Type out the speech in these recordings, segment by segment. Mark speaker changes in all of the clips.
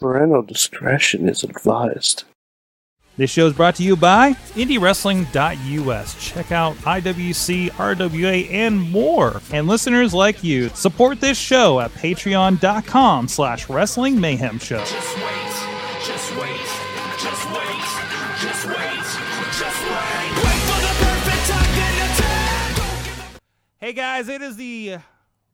Speaker 1: Parental discretion is advised.
Speaker 2: This show is brought to you by IndieWrestling.us. Check out IWC, RWA, and more. And listeners like you, support this show at patreon.com slash wrestling mayhem show.
Speaker 3: Just wait, just wait, just wait, just wait, just wait. Wait for the perfect time, then attack. Don't give up.
Speaker 2: Hey guys, it is the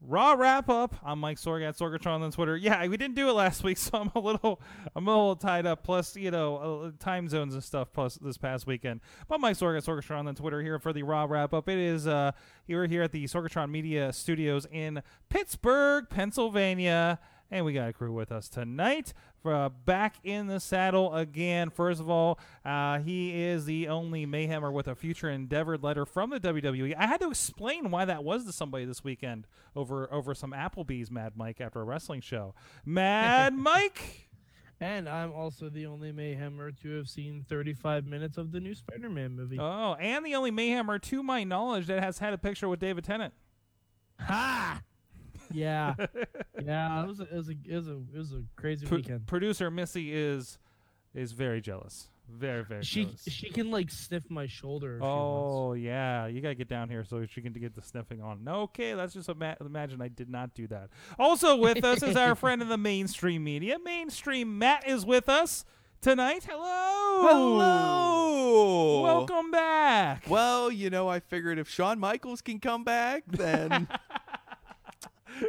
Speaker 2: Raw wrap up. I'm Mike Sorg at Sorgatron on Twitter. Yeah, we didn't do it last week, so I'm a little, I'm a little tied up. Plus, you know, uh, time zones and stuff. Plus, this past weekend. But Mike Sorg at Sorgatron on Twitter here for the Raw wrap up. It is, uh, we're here at the Sorgatron Media Studios in Pittsburgh, Pennsylvania, and we got a crew with us tonight. Uh, back in the saddle again. First of all, uh, he is the only Mayhemmer with a future endeavored letter from the WWE. I had to explain why that was to somebody this weekend over over some Applebee's Mad Mike after a wrestling show. Mad Mike.
Speaker 4: And I'm also the only Mayhemmer to have seen 35 minutes of the new Spider Man movie.
Speaker 2: Oh, and the only Mayhemmer, to my knowledge, that has had a picture with David Tennant.
Speaker 4: Ha! Yeah. yeah, it was, a, it, was a, it, was a, it was a crazy
Speaker 2: Pro-
Speaker 4: weekend.
Speaker 2: producer Missy is is very jealous. Very very
Speaker 4: She
Speaker 2: jealous.
Speaker 4: she can like sniff my shoulder. If
Speaker 2: Oh yeah, you gotta get down here so she can get the sniffing on. No, Okay, let's just ima- imagine I did not do that. Also with us is our friend in the mainstream media, mainstream Matt is with us tonight. Hello,
Speaker 5: Hello.
Speaker 2: welcome back.
Speaker 5: Well, you know, I figured if Shawn Michaels can come back, then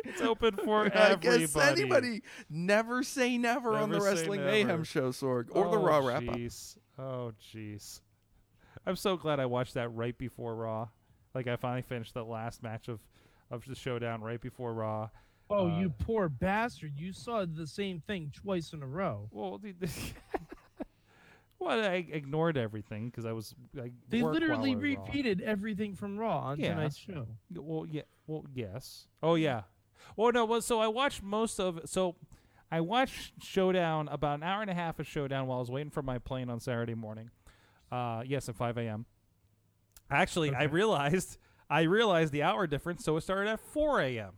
Speaker 2: It's open for
Speaker 5: I
Speaker 2: everybody.
Speaker 5: guess anybody never say never, on the
Speaker 2: Never say
Speaker 5: Wrestling
Speaker 2: never.
Speaker 5: Mayhem show, Sorg, or the
Speaker 2: Oh,
Speaker 5: Raw wrap up.
Speaker 2: jeez. Oh jeez, I'm so glad I watched that right before Raw. Like I finally finished the last match of of the showdown right before Raw.
Speaker 4: Oh,
Speaker 2: Uh,
Speaker 4: you poor bastard! You saw the same thing twice in a row.
Speaker 2: Well, the, the well, I ignored everything because I was like
Speaker 4: They
Speaker 2: work
Speaker 4: literally
Speaker 2: while I was off.
Speaker 4: repeated everything from Raw on
Speaker 2: Yeah.
Speaker 4: tonight's show.
Speaker 2: Well, yeah. Well, yes. Oh, yeah. Well, no. Well, so I watched most of. So I watched Showdown about an hour and a half of Showdown while I was waiting for my plane on Saturday morning. Uh, yes, at five a.m. Actually, I
Speaker 4: Okay.
Speaker 2: realized I realized the hour difference, so it started at four a.m.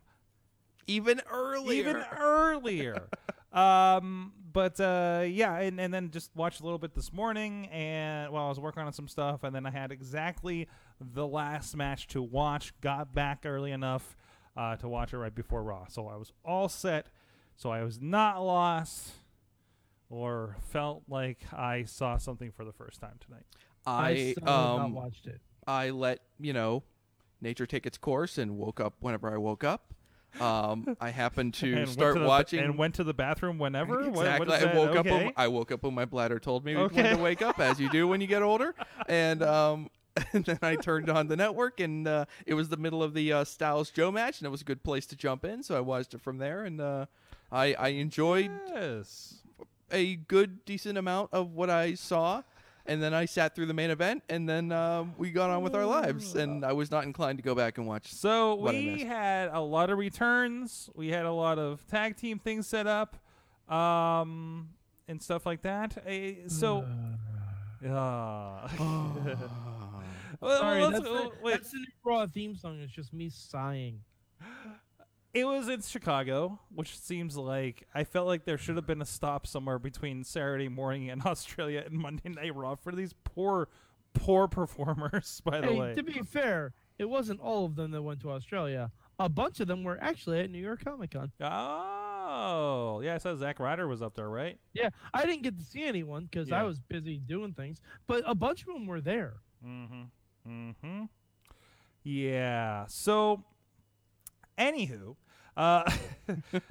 Speaker 5: Even earlier.
Speaker 2: even earlier. um, but uh, yeah, and, and then just watched a little bit this morning, and while I was working on some stuff, and then I had exactly the last match to watch. Got back early enough uh, to watch it right before Raw, so I was all set. So I was not lost. Or felt like I saw something for the first time tonight.
Speaker 5: I
Speaker 4: still have not
Speaker 5: um
Speaker 4: watched it.
Speaker 5: I let, you know, nature take its course and woke up whenever I woke up. Um, I happened to
Speaker 2: and went
Speaker 5: start
Speaker 2: to the,
Speaker 5: watching
Speaker 2: and went to the bathroom whenever. What- what
Speaker 5: Exactly.
Speaker 2: is that?
Speaker 5: I woke up.
Speaker 2: Okay.
Speaker 5: When, I woke up when my bladder told me
Speaker 2: Okay.
Speaker 5: when to wake up, as you do when you get older. And um, and then I turned on the network, and uh, it was the middle of the uh, Styles Joe match, and it was a good place to jump in, so I watched it from there, and uh, I I enjoyed
Speaker 2: yes.
Speaker 5: a good decent amount of what I saw. And then I sat through the main event, and then um, we got on with our lives. And I was not inclined to go back and watch.
Speaker 2: So
Speaker 5: what I
Speaker 2: we
Speaker 5: missed.
Speaker 2: had a lot of returns. We had a lot of tag team things set up, um, and stuff like that. Uh, so, uh, well,
Speaker 4: Oh. Sorry,
Speaker 2: let's-
Speaker 4: that's, the,
Speaker 2: well, wait.
Speaker 4: that's the new Raw theme song. It's just me sighing.
Speaker 2: it was in Chicago, which seems like I felt like there should have been a stop somewhere between Saturday morning and Australia and Monday Night Raw for these poor, poor performers. By the
Speaker 4: Hey,
Speaker 2: way,
Speaker 4: to be fair, it wasn't all of them that went to Australia. A bunch of them were actually at New York Comic Con.
Speaker 2: oh yeah, I saw Zack Ryder was up there, right?
Speaker 4: Yeah, I didn't get to see anyone because
Speaker 2: Yeah.
Speaker 4: I was busy doing things, but a bunch of them were there.
Speaker 2: Mm-hmm. Mm-hmm. Yeah. So, anywho, uh,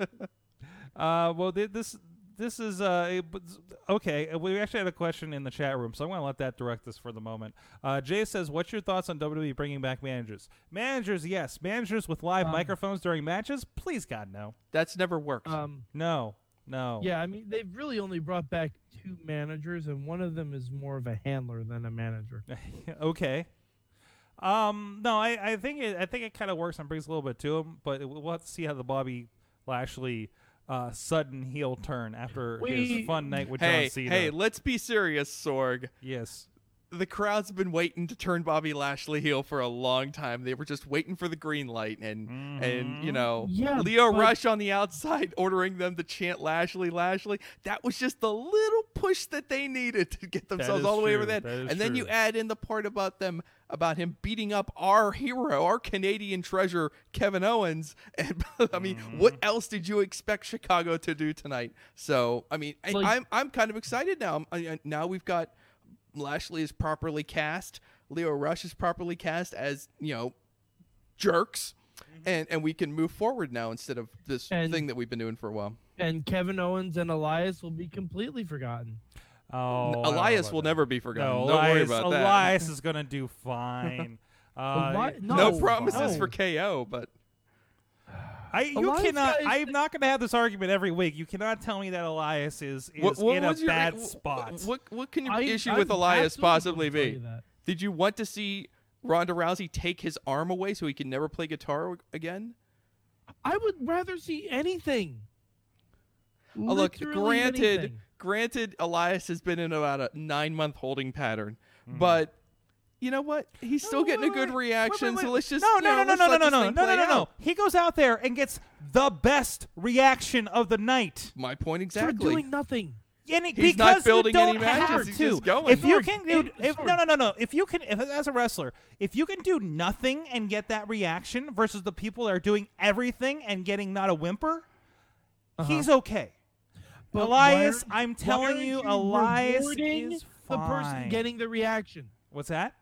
Speaker 2: uh, well, thi- this this is uh, a- but- okay. uh, We actually had a question in the chat room, so I'm going to let that direct us for the moment. Uh, Jay says, "What's your thoughts on WWE bringing back managers? Managers, yes. Managers with live
Speaker 4: Um,
Speaker 2: microphones during matches. Please, God, no,
Speaker 5: That's never worked.
Speaker 2: Uh,
Speaker 4: Um,
Speaker 2: no, no.
Speaker 4: Yeah, I mean, they've really only brought back two managers, and one of them is more of a handler than a manager.
Speaker 2: okay. Um, no, I, I think it, I think it kind of works and brings a little bit to him, but we'll have to see how the Bobby Lashley uh, sudden heel turn after his
Speaker 4: We-
Speaker 2: fun night with
Speaker 5: hey,
Speaker 2: John Cena.
Speaker 5: hey, let's be serious, Sorg.
Speaker 2: yes,
Speaker 5: the crowd's been waiting to turn Bobby Lashley heel for a long time. They were just waiting for the green light, and and
Speaker 2: Mm-hmm.
Speaker 5: you know,
Speaker 4: Yeah,
Speaker 5: Leo
Speaker 4: but-
Speaker 5: Rush on the outside ordering them to chant Lashley, Lashley. That was just the little push that they needed to get themselves
Speaker 2: is
Speaker 5: all the way over
Speaker 2: true.
Speaker 5: that.
Speaker 2: That
Speaker 5: and
Speaker 2: is
Speaker 5: then
Speaker 2: true.
Speaker 5: you add in the part about them about him beating up our hero, our Canadian treasure, Kevin Owens. And I mean,
Speaker 2: Mm-hmm.
Speaker 5: what else did you expect Chicago to do tonight? So I mean, I,
Speaker 4: Like-
Speaker 5: I'm I'm kind of excited now. I'm- I- I- now we've got Lashley is properly cast. Leo Rush is properly cast as you know jerks, and and we can move forward now instead of this
Speaker 4: And-
Speaker 5: thing that we've been doing for a while.
Speaker 4: and Kevin Owens and Elias will be completely forgotten.
Speaker 2: Oh, I don't know
Speaker 5: Elias
Speaker 2: about
Speaker 5: will
Speaker 2: that.
Speaker 5: never be forgotten.
Speaker 2: No,
Speaker 5: Don't
Speaker 2: Elias,
Speaker 5: worry about that.
Speaker 2: Elias is gonna do fine. Uh,
Speaker 4: Eli-
Speaker 5: No
Speaker 4: No,
Speaker 5: promises
Speaker 4: no.
Speaker 5: for KO, but
Speaker 2: I, you
Speaker 4: Elias
Speaker 2: cannot.
Speaker 4: guy-
Speaker 2: I'm not going to have this argument every week. You cannot tell me that Elias is is
Speaker 5: what, what
Speaker 2: in a
Speaker 5: was your-
Speaker 2: bad
Speaker 5: what-
Speaker 2: spot.
Speaker 5: What what can your
Speaker 4: I-
Speaker 5: issue
Speaker 4: I
Speaker 5: with Elias
Speaker 4: absolutely wouldn't
Speaker 5: possibly
Speaker 4: tell
Speaker 5: be?
Speaker 4: you that.
Speaker 5: Did you want to see Ronda Rousey take his arm away so he can never play guitar again?
Speaker 4: I would rather see anything.
Speaker 5: Oh, look,
Speaker 4: Literally
Speaker 5: granted,
Speaker 4: anything.
Speaker 5: granted, Elias has been in about a nine-month holding pattern, but you know what? He's still getting a good reaction. So let's just
Speaker 2: no,
Speaker 5: you
Speaker 2: no, no,
Speaker 5: know,
Speaker 2: no,
Speaker 5: let's
Speaker 2: no, no,
Speaker 5: let
Speaker 2: no,
Speaker 5: this
Speaker 2: no, no,
Speaker 5: thing
Speaker 2: no,
Speaker 5: play
Speaker 2: no, no.
Speaker 5: out.
Speaker 2: He goes out there and gets the best reaction of the night.
Speaker 5: My point
Speaker 4: for
Speaker 5: exactly.
Speaker 4: doing nothing.
Speaker 2: And it,
Speaker 5: He's
Speaker 2: because
Speaker 5: not building
Speaker 2: you don't
Speaker 5: any matches,
Speaker 2: have
Speaker 5: he's
Speaker 2: to.
Speaker 5: just going.
Speaker 2: If you
Speaker 4: Sorg,
Speaker 2: can,
Speaker 4: it-
Speaker 2: if,
Speaker 4: Sorg.
Speaker 2: no, no, no, no. If you can, if, as a wrestler, if you can do nothing and get that reaction versus the people that are doing everything and getting not a whimper,
Speaker 5: Uh-huh.
Speaker 2: he's okay.
Speaker 4: But
Speaker 2: Elias,
Speaker 4: why are-
Speaker 2: I'm
Speaker 4: why
Speaker 2: telling
Speaker 4: aren't
Speaker 2: you,
Speaker 4: you
Speaker 2: Elias
Speaker 4: rewarding
Speaker 2: is
Speaker 4: the person
Speaker 2: fine.
Speaker 4: getting the reaction.
Speaker 2: What's that?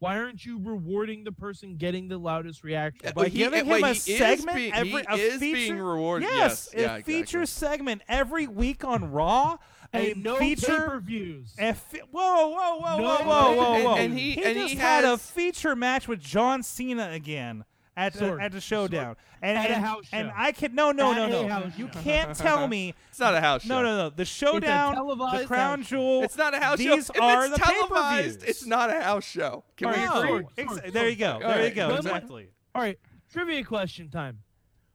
Speaker 4: Why aren't you rewarding the the person getting the loudest reaction?
Speaker 5: Yeah,
Speaker 2: By
Speaker 5: But he-
Speaker 2: giving
Speaker 5: wait,
Speaker 2: him a
Speaker 5: he is
Speaker 2: segment
Speaker 5: being-
Speaker 2: every
Speaker 5: he
Speaker 2: a
Speaker 5: is being
Speaker 2: feature-
Speaker 5: rewarded,
Speaker 2: Yes,
Speaker 5: yes.
Speaker 2: a
Speaker 5: Yeah, exactly.
Speaker 2: feature segment every week on Raw. A
Speaker 4: and no
Speaker 2: feature.
Speaker 4: pay-per-views.
Speaker 2: A fi- whoa, whoa, whoa,
Speaker 4: No
Speaker 2: whoa, whoa, whoa,
Speaker 5: And-
Speaker 2: whoa!
Speaker 5: and he- and he
Speaker 2: just had a
Speaker 5: has-
Speaker 2: feature match with John Cena again at the,
Speaker 4: Sorg.
Speaker 2: at the showdown, and
Speaker 4: At a
Speaker 2: and-
Speaker 4: house
Speaker 2: and
Speaker 4: show.
Speaker 2: I could no, no,
Speaker 4: At
Speaker 2: no,
Speaker 4: a
Speaker 2: no.
Speaker 4: house
Speaker 2: You
Speaker 4: show.
Speaker 2: can't tell me.
Speaker 5: It's not a house show.
Speaker 2: No, no, no. The showdown, the
Speaker 4: televised
Speaker 2: crown
Speaker 4: house show.
Speaker 2: jewel.
Speaker 5: It's not a house
Speaker 2: these
Speaker 5: show. If
Speaker 2: are
Speaker 5: it's
Speaker 2: the
Speaker 5: televised,
Speaker 2: pay-per-views.
Speaker 5: it's not a house show. Can
Speaker 4: Alright,
Speaker 5: we
Speaker 2: no,
Speaker 5: agree?
Speaker 4: Sorg,
Speaker 2: ex-
Speaker 4: Sorg,
Speaker 2: there you
Speaker 4: Sorg.
Speaker 2: go.
Speaker 5: All
Speaker 2: There you
Speaker 5: right.
Speaker 2: go.
Speaker 4: When was-
Speaker 2: Exactly.
Speaker 4: All right, trivia question time.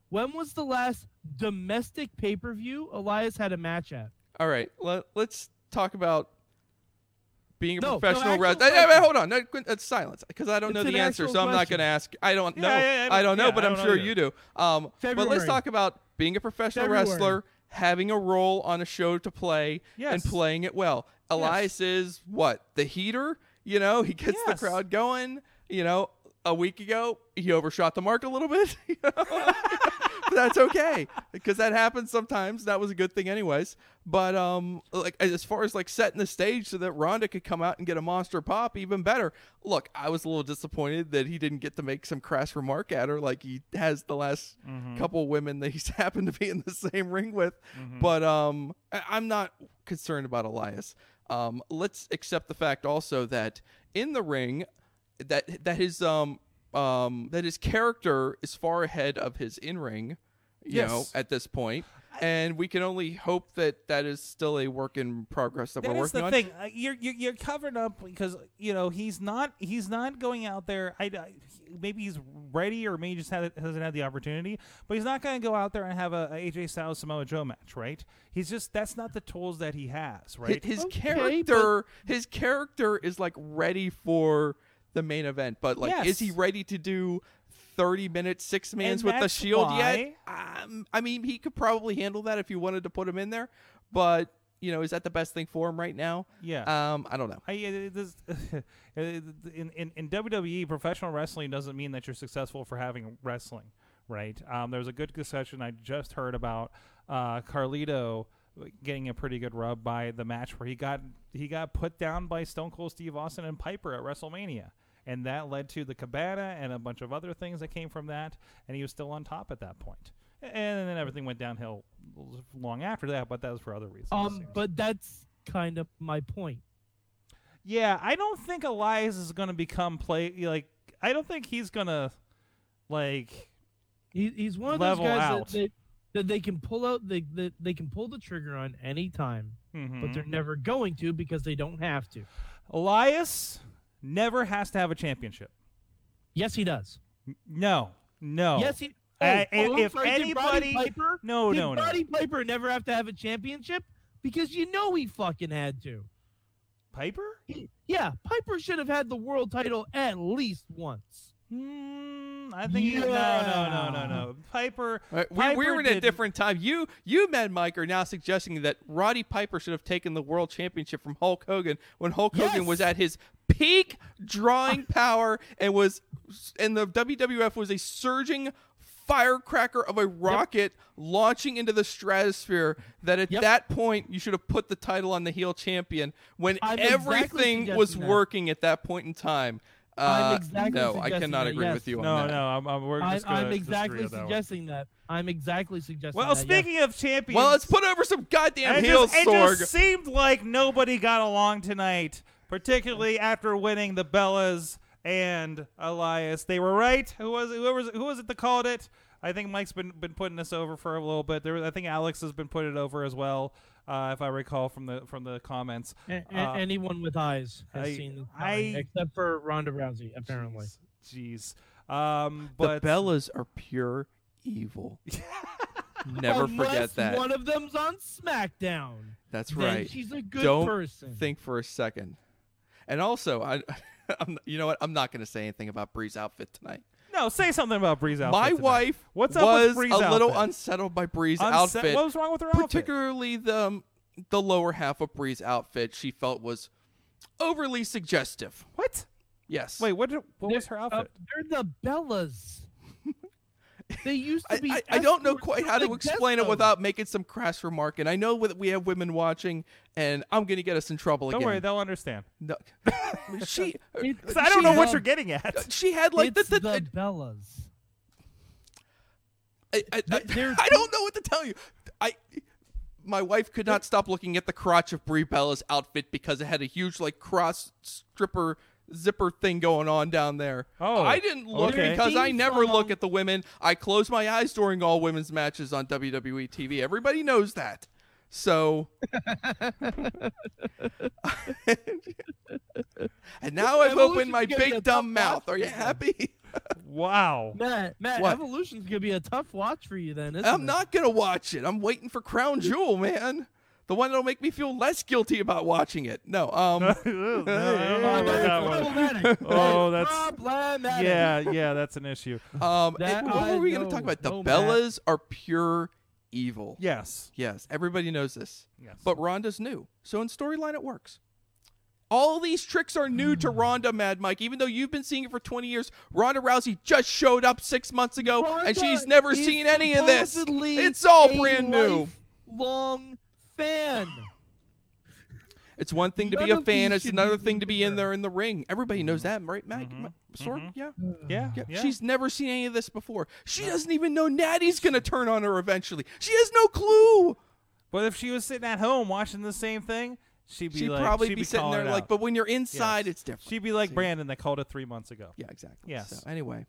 Speaker 4: When was the last domestic pay-per-view Elias had a match at?
Speaker 5: All right, let, us talk about being a
Speaker 4: No, no,
Speaker 5: professional
Speaker 4: actual
Speaker 5: wrestler.
Speaker 4: question.
Speaker 5: hold on, no, qu- that's silence because I don't
Speaker 4: It's
Speaker 5: know
Speaker 4: an
Speaker 5: the answer,
Speaker 4: actual
Speaker 5: so I'm not
Speaker 4: question.
Speaker 5: going to ask. I don't
Speaker 2: Yeah,
Speaker 5: know.
Speaker 2: yeah, yeah,
Speaker 5: I don't know,
Speaker 2: yeah,
Speaker 5: but
Speaker 2: I
Speaker 5: I'm
Speaker 2: don't
Speaker 5: sure
Speaker 2: either.
Speaker 5: you do. Um, but let's
Speaker 4: February.
Speaker 5: talk about being a professional
Speaker 4: February.
Speaker 5: wrestler, having a role on a show to play, and
Speaker 2: Yes.
Speaker 5: playing it well. Elias is what the heater. You know, he gets
Speaker 2: Yes.
Speaker 5: the crowd going. You know, a week ago he overshot the mark a little bit. you know? but that's okay because that happens sometimes. That was a good thing, anyways. But um, like as far as like setting the stage so that Ronda could come out and get a monster pop, even better. Look, I was a little disappointed that he didn't get to make some crass remark at her like he has the last couple women that he's happened to be in the same ring with. But um, I- I'm not concerned about Elias. Um, let's accept the fact also that in the ring, that that his um um that his character is far ahead of his in ring, you
Speaker 2: Yes.
Speaker 5: know, at this point, and we can only hope that that is still a work in progress that,
Speaker 2: That
Speaker 5: we're
Speaker 2: is
Speaker 5: working
Speaker 2: the
Speaker 5: on.
Speaker 2: thing. Uh, you're, you're you're covered up because you know he's not he's not going out there. I, I- maybe he's ready or maybe he just had, hasn't had the opportunity, but he's not going to go out there and have a, a AJ Styles Samoa Joe match, right? He's just that's not the tools that he has,
Speaker 5: Hi-
Speaker 2: right?
Speaker 5: His
Speaker 4: Okay,
Speaker 5: character, his character is like ready for the main event, but like, is he
Speaker 2: Yes.
Speaker 5: ready to do? 30 minute six mans with the
Speaker 2: that's
Speaker 5: shield
Speaker 2: why-
Speaker 5: yet um, i mean he could probably handle that if you wanted to put him in there but you know is that the best thing for him right now
Speaker 2: Yeah.
Speaker 5: um i don't know
Speaker 2: I, uh, this, in, in, in WWE, professional wrestling doesn't mean that you're successful for having wrestling, right? Um, there was a good discussion I just heard about uh, Carlito getting a pretty good rub by the match where he got he got put down by Stone Cold Steve Austin and Piper at WrestleMania. And that led to the Cabana and a bunch of other things that came from that, and he was still on top at that point. And then everything went downhill long after that, but that was for other reasons.
Speaker 4: Um, but that's kind of my point.
Speaker 2: Yeah, I don't think Elias is going to become play like I don't think he's going to like
Speaker 4: He, he's one of
Speaker 2: Level
Speaker 4: those guys
Speaker 2: out.
Speaker 4: that they, that they can pull out they, they they can pull the trigger on any time,
Speaker 2: mm-hmm.
Speaker 4: but they're never going to because they don't have to.
Speaker 2: Elias never has to have a championship.
Speaker 4: Yes, he does.
Speaker 2: No. No.
Speaker 4: Yes, he. Oh,
Speaker 2: I-
Speaker 4: oh, I'm
Speaker 2: if
Speaker 4: sorry, did Roddy
Speaker 2: anybody-
Speaker 4: Piper,
Speaker 2: No,
Speaker 4: did
Speaker 2: no, no.
Speaker 4: Roddy Piper never have to have a championship because you know he fucking had to.
Speaker 2: Piper?
Speaker 4: Yeah, Piper should have had the world title at least once.
Speaker 2: Hmm, I think no, no, no, no, no. Piper.
Speaker 5: All right, Uh, we, we
Speaker 2: Piper
Speaker 5: were in a
Speaker 2: did-
Speaker 5: different time. You, you, Mad Mike, are now suggesting that Roddy Piper should have taken the world championship from Hulk Hogan when Hulk Hogan was
Speaker 2: Yes.
Speaker 5: at his peak drawing power and was, and the WWF was a surging firecracker of a rocket launching into the stratosphere. That at
Speaker 4: Yep.
Speaker 5: that point you should have put the title on the heel champion when
Speaker 4: I'm exactly
Speaker 5: everything was
Speaker 4: suggesting that.
Speaker 5: working at that point in time.
Speaker 4: I'm
Speaker 5: Uh,
Speaker 4: exactly
Speaker 5: no, I
Speaker 4: suggesting
Speaker 5: cannot
Speaker 4: that,
Speaker 5: agree
Speaker 4: yes.
Speaker 5: with you on
Speaker 2: No,
Speaker 5: that.
Speaker 2: no, I'm, I'm, we're
Speaker 4: I'm,
Speaker 2: just gonna
Speaker 4: I'm exactly
Speaker 2: disagree on that one.
Speaker 4: suggesting that. I'm exactly suggesting
Speaker 2: Well,
Speaker 4: that. yes.
Speaker 2: speaking of champions,
Speaker 5: Well, let's put over some goddamn
Speaker 2: and it,
Speaker 5: heels,
Speaker 2: just, it
Speaker 5: Sorg.
Speaker 2: just seemed like nobody got along tonight, particularly after winning the Bellas and Elias. They were right. Who was it- who was who was it that called it? I think Mike's been been putting this over for a little bit. There, was- I think Alex has been putting it over as well, uh, if I recall from the from the comments.
Speaker 4: A- a-
Speaker 2: Uh,
Speaker 4: anyone with eyes has
Speaker 2: I-
Speaker 4: seen this
Speaker 2: I-
Speaker 4: coming, except for Ronda Rousey, apparently.
Speaker 2: Jeez, um, but
Speaker 5: the Bellas are pure evil. Never
Speaker 4: Unless
Speaker 5: forget that.
Speaker 4: One of them's on SmackDown.
Speaker 5: That's
Speaker 4: then
Speaker 5: right.
Speaker 4: She's a good
Speaker 5: Don't
Speaker 4: person.
Speaker 5: think for a second. And also, I, I'm, you know what? I'm not going to say anything about Bree's outfit tonight.
Speaker 2: no, say something about Bree's outfit.
Speaker 5: My
Speaker 2: tonight.
Speaker 5: wife
Speaker 2: What's up
Speaker 5: was
Speaker 2: with Bree's
Speaker 5: a little
Speaker 2: outfit?
Speaker 5: unsettled by Bree's
Speaker 2: Unse-
Speaker 5: outfit,
Speaker 2: What was wrong with her outfit?
Speaker 5: particularly the um, the lower half of Bree's outfit. She felt was overly suggestive.
Speaker 2: What?
Speaker 5: Yes.
Speaker 2: Wait, what? did- What was her
Speaker 4: Uh,
Speaker 2: outfit?
Speaker 4: they're the Bellas. they used to
Speaker 5: I,
Speaker 4: be.
Speaker 5: I, I don't know
Speaker 4: escorts.
Speaker 5: quite how
Speaker 4: They're
Speaker 5: to
Speaker 4: like
Speaker 5: explain it
Speaker 4: Deathloop.
Speaker 5: without making some crass remark, and I know that we have women watching, and I'm gonna get us in trouble
Speaker 2: Don't
Speaker 5: again.
Speaker 2: worry, they'll understand.
Speaker 5: No. she,
Speaker 2: 'Cause I don't know what
Speaker 4: had-
Speaker 2: you're getting at.
Speaker 5: she had like the,
Speaker 4: it's
Speaker 5: the,
Speaker 4: the, Bellas.
Speaker 5: I, I, I,
Speaker 4: they're-
Speaker 5: I don't know what to tell you. I, my wife could not stop looking at the crotch of Brie Bella's outfit because it had a huge like cross stripper zipper thing going on down there.
Speaker 2: Oh,
Speaker 5: um, I didn't look
Speaker 2: okay.
Speaker 5: because I
Speaker 4: Theme
Speaker 5: never look
Speaker 4: song.
Speaker 5: at the women. I close my eyes during all women's matches on WWE TV. Everybody knows that. So. and now I've
Speaker 4: Evolution's
Speaker 5: opened my
Speaker 4: gonna be a
Speaker 5: big
Speaker 4: tough
Speaker 5: dumb mouth.
Speaker 4: watch
Speaker 5: Are you
Speaker 4: for you.
Speaker 5: happy?
Speaker 2: Wow.
Speaker 4: Matt, Matt,
Speaker 5: What?
Speaker 4: Evolution's gonna be a tough watch for you then. Isn't
Speaker 5: I'm
Speaker 4: it?
Speaker 5: not gonna watch it. I'm waiting for Crown Jewel, man. The one that'll make me feel less guilty about watching it. No, um,
Speaker 2: No,
Speaker 4: Oh,
Speaker 2: I don't know
Speaker 4: that's
Speaker 2: about that one.
Speaker 4: problematic.
Speaker 2: Oh, that's-
Speaker 4: problematic.
Speaker 2: Yeah, yeah, that's an issue.
Speaker 5: um,
Speaker 4: That
Speaker 5: and what
Speaker 4: I
Speaker 5: were we gonna
Speaker 4: know.
Speaker 5: talk about? The
Speaker 4: No, Matt.
Speaker 5: Bellas are pure evil.
Speaker 2: Yes.
Speaker 5: Yes, everybody knows this.
Speaker 2: Yes.
Speaker 5: But Rhonda's new, so in storyline it works. All these tricks are new to Rhonda, Mad Mike. Even though you've been seeing it for 20 years, Ronda Rousey just showed up six months ago, and
Speaker 4: Rhonda
Speaker 5: she's never
Speaker 4: is
Speaker 5: seen any of this.
Speaker 4: supposedly
Speaker 5: It's all
Speaker 4: a
Speaker 5: brand new.
Speaker 4: Long fan.
Speaker 5: It's one thing to
Speaker 4: None
Speaker 5: be a
Speaker 4: of these
Speaker 5: fan. It's
Speaker 4: should
Speaker 5: another
Speaker 4: be
Speaker 5: thing to be in
Speaker 4: there.
Speaker 5: there in the ring. Everybody knows that, right, Mike? Sorg? Yeah.
Speaker 2: yeah,
Speaker 5: Yeah,
Speaker 2: Mm-hmm. yeah.
Speaker 5: She's never seen any of this before. She doesn't even know Natty's going to turn on her eventually. She has no clue.
Speaker 2: But if she was sitting at home watching the same thing, she'd be
Speaker 5: She'd
Speaker 2: like,
Speaker 5: probably
Speaker 2: she'd
Speaker 5: be, sitting
Speaker 2: calling
Speaker 5: there
Speaker 2: it
Speaker 5: like,
Speaker 2: out.
Speaker 5: but when you're
Speaker 2: Yes.
Speaker 5: inside, it's different.
Speaker 2: She'd be like
Speaker 5: See?
Speaker 2: Brandon that called it three months ago.
Speaker 5: Yeah, exactly.
Speaker 2: Yes.
Speaker 5: So, anyway.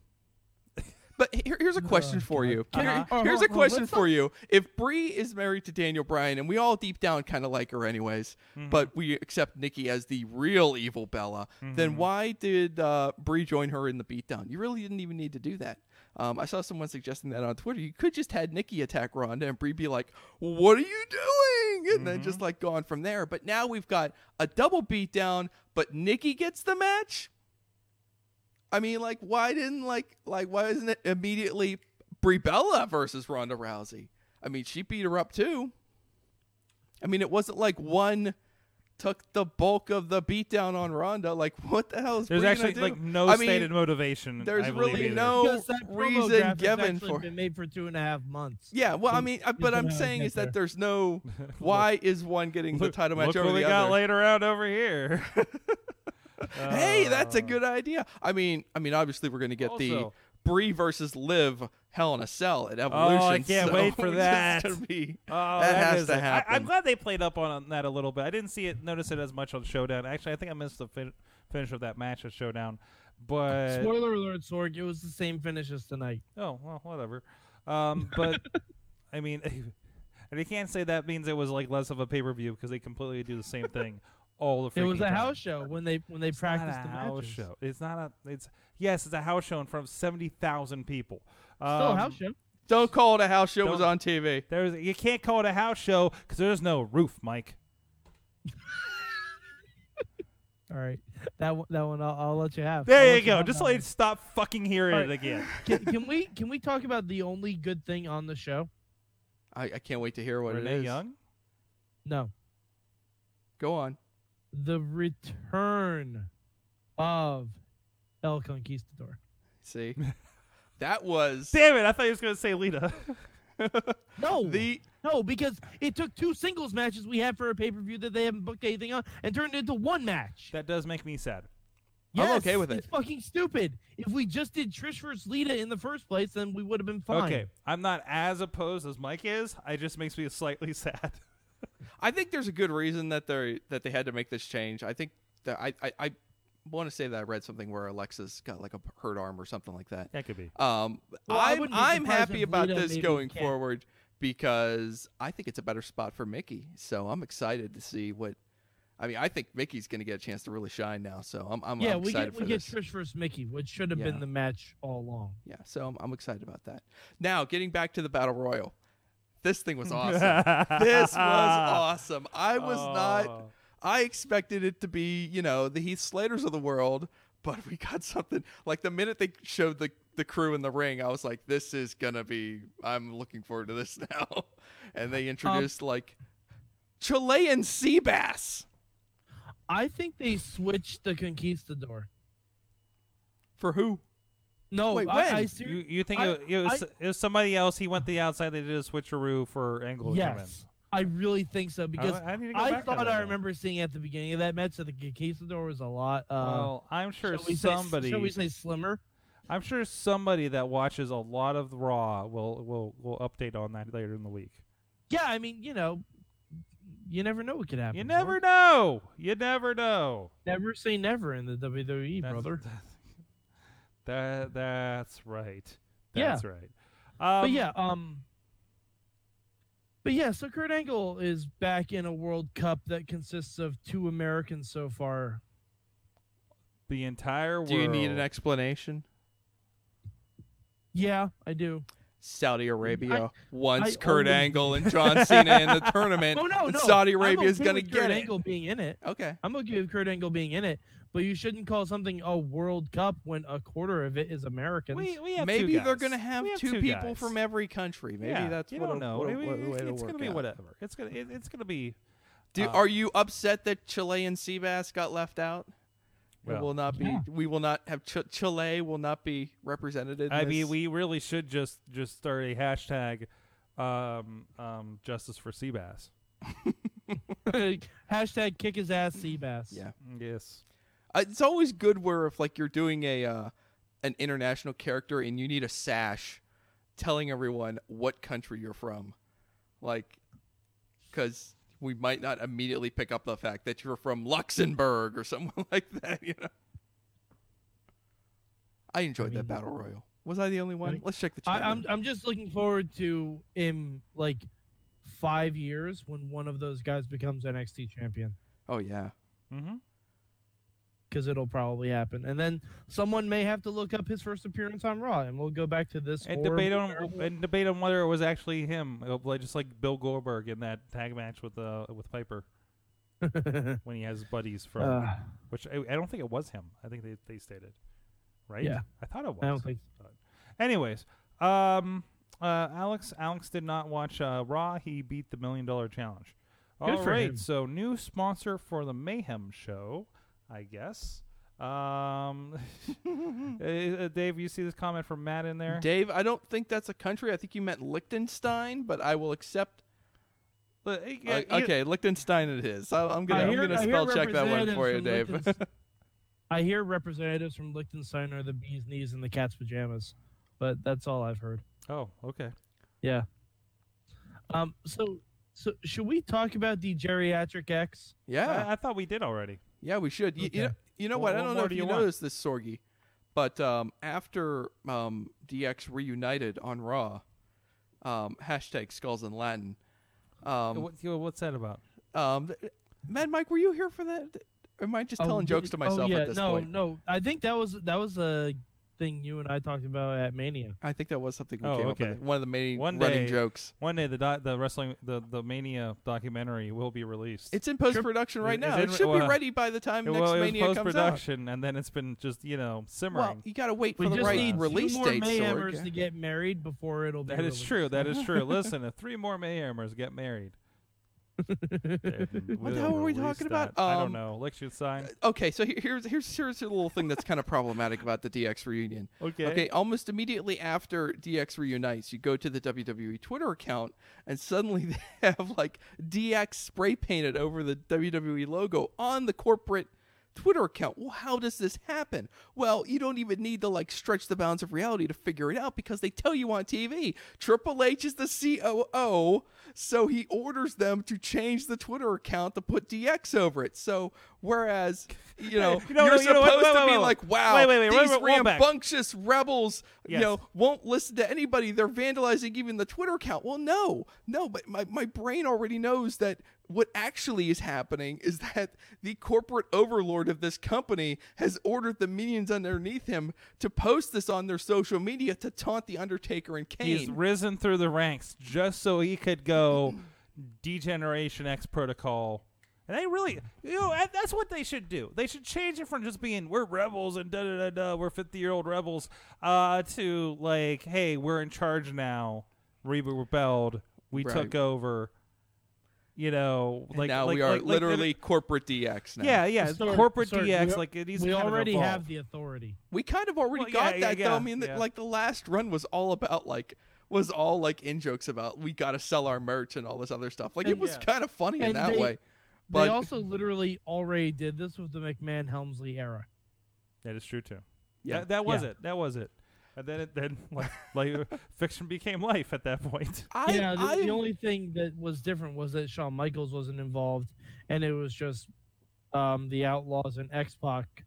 Speaker 5: But here, here's a question for you.
Speaker 2: God.
Speaker 5: Here-
Speaker 2: Uh-huh.
Speaker 5: here's a
Speaker 4: Uh-huh.
Speaker 5: question
Speaker 4: Let's
Speaker 5: for you. If Bree is married to Daniel Bryan, and we all deep down kind of like her anyways, but we accept Nikki as the real evil Bella, then why did uh, Bree join her in the beatdown? You really didn't even need to do that. Um, I saw someone suggesting that on Twitter. You could just had Nikki attack Ronda and Bree be like, "What are you doing?" and then just like gone from there. But now we've got a double beatdown, but Nikki gets the match. I mean, like, why didn't like like why isn't it immediately Brie Bella versus Ronda Rousey? I mean, she beat her up too. I mean, it wasn't like one took the bulk of the beatdown on Ronda. Like, what the hell is
Speaker 2: There's
Speaker 5: Brie
Speaker 2: actually
Speaker 5: gonna do?
Speaker 2: like no
Speaker 5: I mean,
Speaker 2: stated motivation.
Speaker 5: there's
Speaker 2: I believe,
Speaker 5: really
Speaker 2: either.
Speaker 5: no-
Speaker 4: Because that promo
Speaker 5: reason
Speaker 4: graph has
Speaker 5: given
Speaker 4: actually
Speaker 5: for-
Speaker 4: been made for two and a half months.
Speaker 5: Yeah, well, I
Speaker 4: Since-
Speaker 5: mean, I-
Speaker 4: since
Speaker 5: but
Speaker 4: it
Speaker 5: I'm
Speaker 4: happened
Speaker 5: saying is
Speaker 4: there.
Speaker 5: that there's no why is one getting the
Speaker 2: Look-
Speaker 5: title match
Speaker 2: Look
Speaker 5: over
Speaker 2: what we
Speaker 5: the
Speaker 2: got
Speaker 5: other?
Speaker 2: later out over here.
Speaker 5: Hey, that's a
Speaker 2: Uh,
Speaker 5: good idea. I mean, I mean, obviously we're gonna get the
Speaker 2: Also- Oh,
Speaker 5: Brie versus Liv Hell in a Cell at Evolution.
Speaker 2: can't
Speaker 5: so
Speaker 2: wait for
Speaker 5: it's
Speaker 2: that.
Speaker 5: gonna be-
Speaker 2: Oh,
Speaker 5: that, has
Speaker 2: is
Speaker 5: to
Speaker 2: it.
Speaker 5: happen.
Speaker 2: I, I'm glad they played up on, on that a little bit. I didn't see it, notice it as much on Showdown. Actually, I think I missed the fin- finish of that match at Showdown. But
Speaker 4: Spoiler alert, Sorg. It was the same finish as tonight.
Speaker 2: oh well, whatever. Um, but I mean, and you can't say that means it was like less of a pay per view because they completely do the same thing all the.
Speaker 4: It was
Speaker 2: freaking
Speaker 4: a
Speaker 2: time.
Speaker 4: house show when they when they
Speaker 2: It's not
Speaker 4: practiced
Speaker 2: a
Speaker 4: the
Speaker 2: house
Speaker 4: matches.
Speaker 2: show. It's not a. It's yes, it's a house show in front of seventy thousand people. Um,
Speaker 4: Still a house show.
Speaker 5: Don't call it a house show. It was
Speaker 2: Don't-
Speaker 5: on TV.
Speaker 2: There's you can't call it a house show because there's no roof, Mike.
Speaker 4: All right, that one, that one I'll, I'll let you have. I'll
Speaker 2: There
Speaker 4: let
Speaker 2: you go.
Speaker 4: have
Speaker 2: Just
Speaker 4: that
Speaker 2: like
Speaker 4: one.
Speaker 2: stop fucking hearing
Speaker 4: Alright.
Speaker 2: it again.
Speaker 4: Can, can we can we talk about the only good thing on the show?
Speaker 5: I, I can't wait to hear what
Speaker 2: Renee
Speaker 5: it is.
Speaker 2: Young.
Speaker 4: No,
Speaker 5: Go on.
Speaker 4: the return of El Conquistador.
Speaker 5: See, that was
Speaker 2: Damn it! I thought he was gonna say Lita.
Speaker 4: No,
Speaker 5: the
Speaker 4: no, because it took two singles matches we had for a pay per view that they haven't booked anything on, and turned it into one match.
Speaker 2: that does make me sad.
Speaker 5: I'm
Speaker 4: Yes,
Speaker 5: okay with it.
Speaker 4: It's fucking stupid. If we just did Trish versus Lita in the first place, then we would have been fine.
Speaker 2: Okay, I'm not as opposed as Mike is. It just makes me slightly sad.
Speaker 5: I think there's a good reason that they that they had to make this change. I think that I I, I want to say that I read something where Alexa's got like a hurt arm or something like that.
Speaker 2: That could be.
Speaker 5: Um,
Speaker 4: Well, I
Speaker 5: I'm
Speaker 4: wouldn't be
Speaker 5: I'm
Speaker 4: surprised
Speaker 5: happy
Speaker 4: if
Speaker 5: about
Speaker 4: Lita
Speaker 5: this
Speaker 4: maybe
Speaker 5: going
Speaker 4: can't.
Speaker 5: forward because I think it's a better spot for Mickey. So I'm excited to see what. I mean, I think Mickey's going to get a chance to really shine now. So I'm I'm,
Speaker 4: Yeah,
Speaker 5: I'm
Speaker 4: we
Speaker 5: excited
Speaker 4: get we
Speaker 5: for
Speaker 4: get
Speaker 5: this.
Speaker 4: Trish versus Mickey, which should have
Speaker 5: Yeah.
Speaker 4: been the match all along.
Speaker 5: yeah, so I'm, I'm excited about that. Now, getting back to the battle royal, this thing was awesome. this was awesome. I was not.
Speaker 2: Oh.
Speaker 5: I expected it to be, you know, the Heath Slaters of the world, but we got something like the minute they showed the the crew in the ring, I was like, this is gonna be. I'm looking forward to this now. And they introduced like Chilean sea bass
Speaker 4: I think they switched the Conquistador.
Speaker 5: for who?
Speaker 4: No,
Speaker 5: Wait,
Speaker 4: I,
Speaker 5: when?
Speaker 4: I ser-
Speaker 2: You, you think
Speaker 4: I-
Speaker 2: it, it was it was somebody else? He went the outside. They did a switcheroo for Angle to come in.
Speaker 4: yes, I really think so because
Speaker 2: I, I need to go
Speaker 4: I,
Speaker 2: back to
Speaker 4: thought
Speaker 2: that
Speaker 4: I
Speaker 2: one.
Speaker 4: remember seeing at the beginning of that match that the Conquistador was a lot. Uh,
Speaker 2: Well, I'm sure
Speaker 4: shall we say-
Speaker 2: somebody.
Speaker 4: shall we say slimmer?
Speaker 2: I'm sure somebody that watches a lot of Raw will will will update on that later in the week.
Speaker 4: Yeah, I mean, you know, you never know what could happen.
Speaker 2: You
Speaker 4: so
Speaker 2: never know. You never know.
Speaker 4: never say never in the WWE,
Speaker 2: That's-
Speaker 4: brother.
Speaker 2: That that's right.
Speaker 4: Yeah.
Speaker 2: That's right. Um,
Speaker 4: but yeah, um, but yeah, so Kurt Angle is back in a World Cup that consists of two Americans so far.
Speaker 2: the entire world.
Speaker 5: Do you need an explanation?
Speaker 4: Yeah, I do.
Speaker 5: Saudi Arabia
Speaker 4: I
Speaker 5: once Kurt
Speaker 4: always-
Speaker 5: Angle and John Cena in the tournament.
Speaker 4: Oh no,
Speaker 5: and
Speaker 4: no,
Speaker 5: Saudi
Speaker 4: I'm
Speaker 5: Arabia is
Speaker 4: okay
Speaker 5: gonna
Speaker 4: with
Speaker 5: get
Speaker 4: Kurt
Speaker 5: it.
Speaker 4: Angle being in it.
Speaker 5: Okay.
Speaker 4: I'm okay with Kurt Angle being in it, but you shouldn't call something a World Cup when a quarter of it is Americans.
Speaker 2: We, we have
Speaker 5: Maybe
Speaker 2: they
Speaker 5: they're gonna have, two, people
Speaker 2: guys.
Speaker 5: from every country. Maybe
Speaker 2: Yeah,
Speaker 5: that's
Speaker 2: you
Speaker 5: what
Speaker 2: don't
Speaker 5: a-
Speaker 2: know.
Speaker 5: what a-
Speaker 2: Maybe
Speaker 5: what a way
Speaker 2: it's,
Speaker 5: to
Speaker 2: it's
Speaker 5: work
Speaker 2: gonna be
Speaker 5: out.
Speaker 2: whatever. It's gonna it, it's gonna be.
Speaker 5: Do,
Speaker 2: Uh,
Speaker 5: are you upset that Chilean sea bass got left out? It
Speaker 2: Well,
Speaker 5: will not be.
Speaker 4: yeah.
Speaker 5: We will not have Ch- Chile. Will not be represented. In
Speaker 2: I
Speaker 5: this.
Speaker 2: mean, we really should just just start a hashtag, um, um, justice for Seabass.
Speaker 4: Hashtag kick his ass, Seabass.
Speaker 5: Yeah.
Speaker 2: Yes.
Speaker 5: Uh, It's always good where if like you're doing a uh, an international character and you need a sash, telling everyone what country you're from, like, because we might not immediately pick up the fact that you're from Luxembourg or something like that. You know. I enjoyed that
Speaker 4: mean-
Speaker 5: battle royal. Was I the only one?
Speaker 4: Like,
Speaker 5: Let's check the chat.
Speaker 4: I, I'm I'm just looking forward to in like five years when one of those guys becomes NXT champion
Speaker 5: oh yeah.
Speaker 2: Mm-hmm.
Speaker 4: because it'll probably happen, and then someone may have to look up his first appearance on Raw, and we'll go back to this
Speaker 2: And
Speaker 4: or
Speaker 2: debate on
Speaker 4: whatever.
Speaker 2: and debate on whether it was actually him, uh, like- just like Bill Goldberg in that tag match with uh with Piper when he has buddies from,
Speaker 4: Uh,
Speaker 2: which I, I don't think it was him. I think they they stated, right?
Speaker 4: Yeah.
Speaker 2: I thought it was.
Speaker 4: I don't think
Speaker 2: Anyways, um, uh, Alex Alex did not watch uh, Raw. He beat the Million Dollar Challenge.
Speaker 4: Good
Speaker 2: All
Speaker 4: for
Speaker 2: right,
Speaker 4: him.
Speaker 2: so new sponsor for the Mayhem Show, I guess. Um, uh, uh, Dave, you see this comment from Matt in there?
Speaker 5: Dave, I don't think that's a country. I think you meant Liechtenstein, but I will accept.
Speaker 2: Uh, he-
Speaker 5: Uh,
Speaker 2: he-
Speaker 5: okay, Liechtenstein it is. I, I'm gonna
Speaker 4: I
Speaker 5: I'm
Speaker 4: hear-
Speaker 5: gonna
Speaker 4: I hear
Speaker 5: spell check that one
Speaker 4: representatives
Speaker 5: for you,
Speaker 4: from
Speaker 5: Dave.
Speaker 4: Liechtenstein- I hear representatives from Liechtenstein are the bees knees and the cat's pajamas, but that's all I've heard.
Speaker 2: Oh, okay.
Speaker 4: Yeah. Um. So, so should we talk about the geriatric X?
Speaker 5: yeah,
Speaker 2: I, I thought we did already.
Speaker 5: yeah, we should. You, you
Speaker 4: Okay.
Speaker 5: know, you know
Speaker 2: Well,
Speaker 5: what? I
Speaker 2: what
Speaker 5: don't know
Speaker 2: more
Speaker 5: if
Speaker 2: do
Speaker 5: you,
Speaker 2: you want?
Speaker 5: noticed this, Sorgi, but um, after um, DX reunited on Raw, um, hashtag Skulls in Latin. Um,
Speaker 2: What- yo, what's that about?
Speaker 5: um, th- Mad Mike, were you here for that? Am I just
Speaker 4: Oh,
Speaker 5: telling jokes
Speaker 4: did-
Speaker 5: to
Speaker 4: oh,
Speaker 5: myself
Speaker 4: yeah,
Speaker 5: at this
Speaker 4: no,
Speaker 5: point?
Speaker 4: No, I think that was that was a thing you and I talked about at Mania.
Speaker 5: I think that was something we
Speaker 2: Oh,
Speaker 5: came
Speaker 2: okay.
Speaker 5: up with. One of the main
Speaker 2: One
Speaker 5: running
Speaker 2: day-
Speaker 5: jokes.
Speaker 2: One day the doc the wrestling the the Mania documentary will be released.
Speaker 5: It's in post production right
Speaker 2: It's
Speaker 5: now.
Speaker 2: in-
Speaker 5: It should be
Speaker 2: well,
Speaker 5: ready by the time
Speaker 2: It-
Speaker 5: next
Speaker 2: well, it was
Speaker 5: Mania
Speaker 2: post
Speaker 5: comes out.
Speaker 2: production, and then it's been just you know
Speaker 5: Well,
Speaker 2: simmering.
Speaker 5: you got to wait for
Speaker 4: we
Speaker 5: the
Speaker 4: just
Speaker 5: right
Speaker 4: need
Speaker 5: release
Speaker 4: two more
Speaker 5: date.
Speaker 4: Mayhemers
Speaker 5: Sorg.
Speaker 4: to get married before it'll be.
Speaker 2: that is true. That is true. Listen, if three more Mayhemers get married, what
Speaker 5: hell were we talking about?
Speaker 2: I don't
Speaker 5: Um,
Speaker 2: know. Lichtenstein. sign.
Speaker 5: Okay, so here- here's here's here's a little thing that's kind of problematic about the DX reunion.
Speaker 2: Okay.
Speaker 5: Okay, almost immediately after DX reunites, you go to the WWE Twitter account, and suddenly they have like DX spray painted over the WWE logo on the corporate Twitter account. Well, how does this happen? Well, you don't even need to like stretch the bounds of reality to figure it out because they tell you on TV Triple H is the COO, so he orders them to change the Twitter account to put DX over it. So, whereas, you know,
Speaker 2: You know,
Speaker 5: you're
Speaker 2: no, you know what?
Speaker 5: supposed
Speaker 2: Wait,
Speaker 5: to
Speaker 2: wait,
Speaker 5: be
Speaker 2: wait.
Speaker 5: like, wow,
Speaker 2: Wait, wait, wait.
Speaker 5: these
Speaker 2: Roll- roll back.
Speaker 5: rambunctious rebels,
Speaker 2: Yes.
Speaker 5: you know, won't listen to anybody. They're vandalizing even the Twitter account. Well, no, no, but my, my brain already knows that what actually is happening is that the corporate overlord of this company has ordered the minions underneath him to post this on their social media to taunt the Undertaker and Kane.
Speaker 2: He's risen through the ranks just so he could go Degeneration X Protocol. And they really, you know, that- that's what they should do. They should change it from just being we're rebels and da da da da, we're fifty year old rebels, uh, to like, hey, we're in charge now. Reba rebelled. We
Speaker 5: Right.
Speaker 2: took over. You know, like
Speaker 5: now
Speaker 2: like-
Speaker 5: we are
Speaker 2: like- like-
Speaker 5: literally corporate DX now.
Speaker 2: yeah, yeah,
Speaker 4: Sorg,
Speaker 2: corporate
Speaker 4: Sorg,
Speaker 2: DX.
Speaker 4: we-
Speaker 2: like it needs
Speaker 4: we
Speaker 2: to kind of
Speaker 4: already
Speaker 2: evolve.
Speaker 4: have the authority.
Speaker 5: We kind of already
Speaker 2: Well, yeah,
Speaker 5: got
Speaker 2: yeah,
Speaker 5: that
Speaker 2: yeah,
Speaker 5: though. I mean, the-
Speaker 2: yeah.
Speaker 5: like the last run was all about like was all like in jokes about we got to sell our merch and all this other stuff. Like it was
Speaker 2: Yeah.
Speaker 5: kind of funny in
Speaker 4: And
Speaker 5: that
Speaker 4: they-
Speaker 5: way. But
Speaker 4: they also literally already did this with the McMahon Helmsley era.
Speaker 2: That is true too.
Speaker 5: Yeah.
Speaker 2: that, that was
Speaker 4: Yeah.
Speaker 2: it. That was it. And then it then like, like fiction became life at that point.
Speaker 5: I,
Speaker 4: yeah, the,
Speaker 5: I
Speaker 4: the only thing that was different was that Shawn Michaels wasn't involved, and it was just um, the Outlaws and X Pac,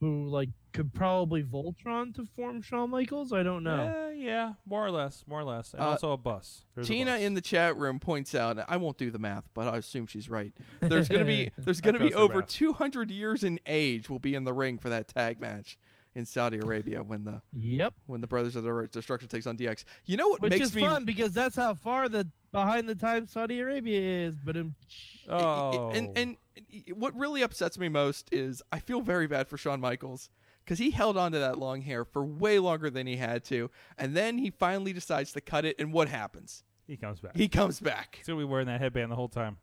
Speaker 4: who like could probably Voltron to form Shawn Michaels. I don't know.
Speaker 2: Uh, yeah, more or less, more or less, and
Speaker 5: Uh,
Speaker 2: also a bus. There's a
Speaker 5: Tina
Speaker 2: bus.
Speaker 5: in the chat room points out. I won't do the math, but I assume she's right. There's gonna be there's gonna be
Speaker 2: trust her
Speaker 5: over
Speaker 2: math.
Speaker 5: 200 years in age will be in the ring for that tag match in Saudi Arabia when the
Speaker 4: Yep,
Speaker 5: when the Brothers of the Destruction takes on DX. You know what
Speaker 4: which
Speaker 5: makes
Speaker 4: is
Speaker 5: me
Speaker 4: fun because that's how far the behind the times Saudi Arabia is. But um,
Speaker 5: I- I-
Speaker 2: Oh,
Speaker 5: And and what really upsets me most is I feel very bad for Shawn Michaels because he held on to that long hair for way longer than he had to, and then he finally decides to cut it. And what happens?
Speaker 2: he comes back.
Speaker 5: He comes back.
Speaker 2: He's gonna be wearing that headband the whole time.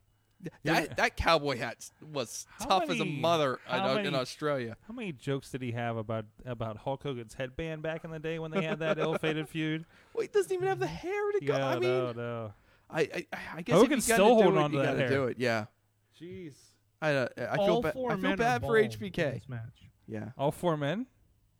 Speaker 5: That, that cowboy hat was
Speaker 2: How
Speaker 5: tough as a
Speaker 2: many-
Speaker 5: mother in,
Speaker 2: how
Speaker 5: in
Speaker 2: many-
Speaker 5: Australia.
Speaker 2: How many jokes did he have about about Hulk Hogan's headband back in the day when they had that ill-fated feud?
Speaker 5: Well, he doesn't even have the hair to go.
Speaker 2: Yeah,
Speaker 5: I mean,
Speaker 2: no, no.
Speaker 5: I, I I guess
Speaker 2: Hogan's
Speaker 5: if you gotta
Speaker 2: still
Speaker 5: do
Speaker 2: holding
Speaker 5: it,
Speaker 2: on to
Speaker 5: you
Speaker 2: that
Speaker 5: gotta
Speaker 2: hair.
Speaker 5: do it. Yeah,
Speaker 2: Jeez,
Speaker 5: I uh, I feel
Speaker 4: all
Speaker 5: bad.
Speaker 4: four
Speaker 5: I
Speaker 4: men
Speaker 5: feel
Speaker 4: are
Speaker 5: bad for
Speaker 4: bald in
Speaker 5: HBK.
Speaker 4: This match.
Speaker 5: Yeah.
Speaker 2: all four men.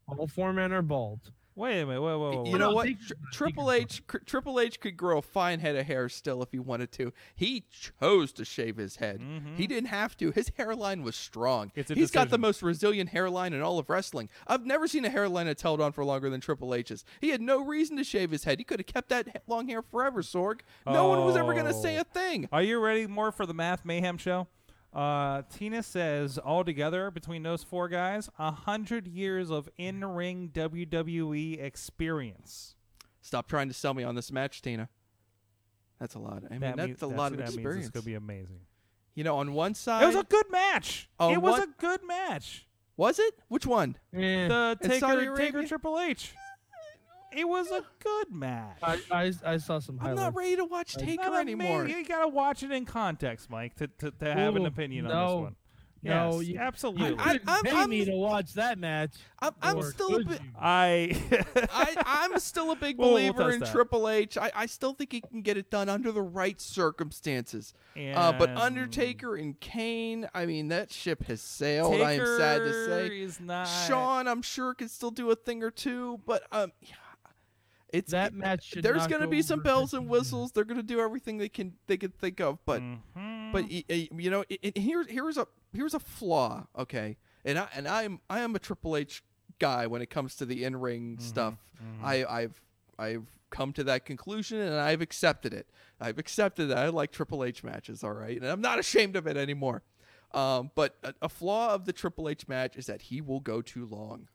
Speaker 4: All four men are bald.
Speaker 2: Wait a minute. Whoa, whoa, whoa.
Speaker 5: you know
Speaker 4: no,
Speaker 5: what?
Speaker 4: Deacon-
Speaker 5: Tri- Triple
Speaker 4: Deacon's
Speaker 5: H, cr- Triple H could grow a fine head of hair still if he wanted to. He chose to shave his head. He didn't have to. His hairline was strong. He's
Speaker 2: Mm-hmm. It's a
Speaker 5: got the
Speaker 2: decision.
Speaker 5: most resilient hairline in all of wrestling. I've never seen a hairline that's held on for longer than Triple H's. He had no reason to shave his head. He could have kept that he- long hair forever, Sorg. No one was ever going to say
Speaker 2: Oh.
Speaker 5: a thing.
Speaker 2: Are you ready more for the Math Mayhem show? Uh, Tina says all together between those four guys, a hundred years of in-ring WWE experience.
Speaker 5: Stop trying to sell me on this match, Tina. That's a lot. I mean,
Speaker 2: That
Speaker 5: that's
Speaker 2: means-
Speaker 5: a lot of
Speaker 2: that Means
Speaker 5: experience.
Speaker 2: it's gonna be amazing.
Speaker 5: you know, on one side,
Speaker 2: It was a good match.
Speaker 5: Oh,
Speaker 2: it was
Speaker 5: what-
Speaker 2: a good match.
Speaker 5: was it? Which one?
Speaker 4: Eh.
Speaker 2: The
Speaker 5: It's Saudi
Speaker 2: Taker, Taker
Speaker 5: Arabia?
Speaker 2: Triple H. It was a good match.
Speaker 4: I, I, I saw some
Speaker 5: I'm
Speaker 4: highlights.
Speaker 5: not ready to watch
Speaker 2: Not
Speaker 5: Taker
Speaker 2: a
Speaker 5: anymore.
Speaker 2: man- You gotta watch it in context, Mike, to, to, to have an
Speaker 4: Ooh,
Speaker 2: opinion on
Speaker 4: no.
Speaker 2: this one.
Speaker 4: No,
Speaker 2: yes,
Speaker 4: you-
Speaker 2: absolutely.
Speaker 5: I-
Speaker 4: You didn't
Speaker 5: I'm-
Speaker 4: pay
Speaker 5: I'm-
Speaker 4: me to watch that match.
Speaker 5: I'm, I'm
Speaker 4: or
Speaker 5: still a
Speaker 4: could
Speaker 5: bit.
Speaker 4: you?
Speaker 2: I
Speaker 5: I, I'm still a big
Speaker 2: We'll- we'll
Speaker 5: believer
Speaker 2: test
Speaker 5: in
Speaker 2: that.
Speaker 5: Triple H. I, I still think he can get it done under the right circumstances. Uh, but
Speaker 2: And-
Speaker 5: Undertaker and Kane, I mean, that ship has sailed. I am sad to
Speaker 2: Taker
Speaker 5: say.
Speaker 2: is not
Speaker 5: Sean, I'm sure, can still do a thing or two, but um, it's
Speaker 4: That match should
Speaker 5: There's
Speaker 4: not
Speaker 5: gonna
Speaker 4: go
Speaker 5: be some
Speaker 4: over
Speaker 5: bells and
Speaker 4: 15 minutes.
Speaker 5: whistles. They're gonna do everything they can they can think of, but
Speaker 2: Mm-hmm.
Speaker 5: but y- y- you know i- i- here here's a here's a flaw okay and i and i'm i am a triple h guy when it comes to the in-ring stuff
Speaker 2: Mm-hmm.
Speaker 5: i i've i've come to that conclusion and i've accepted it i've accepted that i like triple h matches all right and i'm not ashamed of it anymore um, but a, a flaw of the triple h match is that he will go too long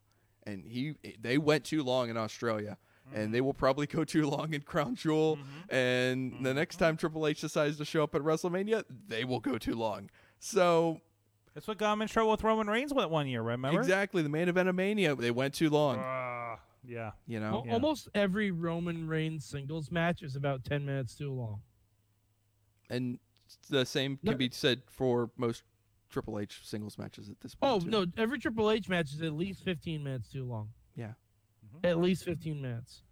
Speaker 5: and he they went too long in Australia. And they will probably go too long in Crown Jewel. And the next time Triple H decides to show up at WrestleMania, they will go too long. So
Speaker 2: That's what got him in trouble with Roman Reigns with one year. Remember?
Speaker 5: exactly the main event of Mania, they went too long.
Speaker 2: Ah, yeah.
Speaker 5: you know,
Speaker 4: Al- Almost every Roman Reigns singles match is about 10 minutes too long.
Speaker 5: and the same
Speaker 4: No.
Speaker 5: can be said for most Triple H singles matches at this point.
Speaker 4: Oh,
Speaker 5: too.
Speaker 4: no. Every Triple H match is at least 15 minutes too long.
Speaker 5: Yeah. Mm-hmm.
Speaker 4: At least 15 minutes.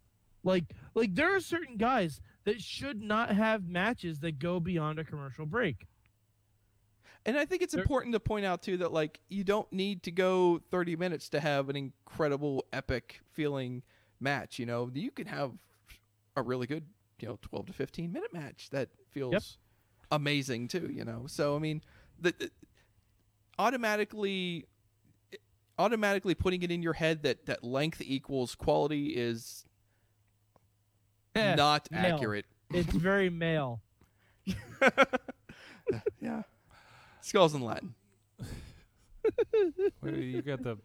Speaker 4: Like, like there are certain guys that should not have matches that go beyond a commercial break.
Speaker 5: And I think it's
Speaker 4: There-
Speaker 5: important to point out too that like you don't need to go 30 minutes to have an incredible epic feeling match, you know. You can have a really good, you know, 12 to 15 minute match that feels amazing too, you know. So I mean, the, the- automatically automatically putting it in your head that that length equals quality is
Speaker 4: Eh,
Speaker 5: not
Speaker 4: no.
Speaker 5: accurate.
Speaker 4: It's very male.
Speaker 5: Yeah. Skulls in Latin.
Speaker 2: Well, you got to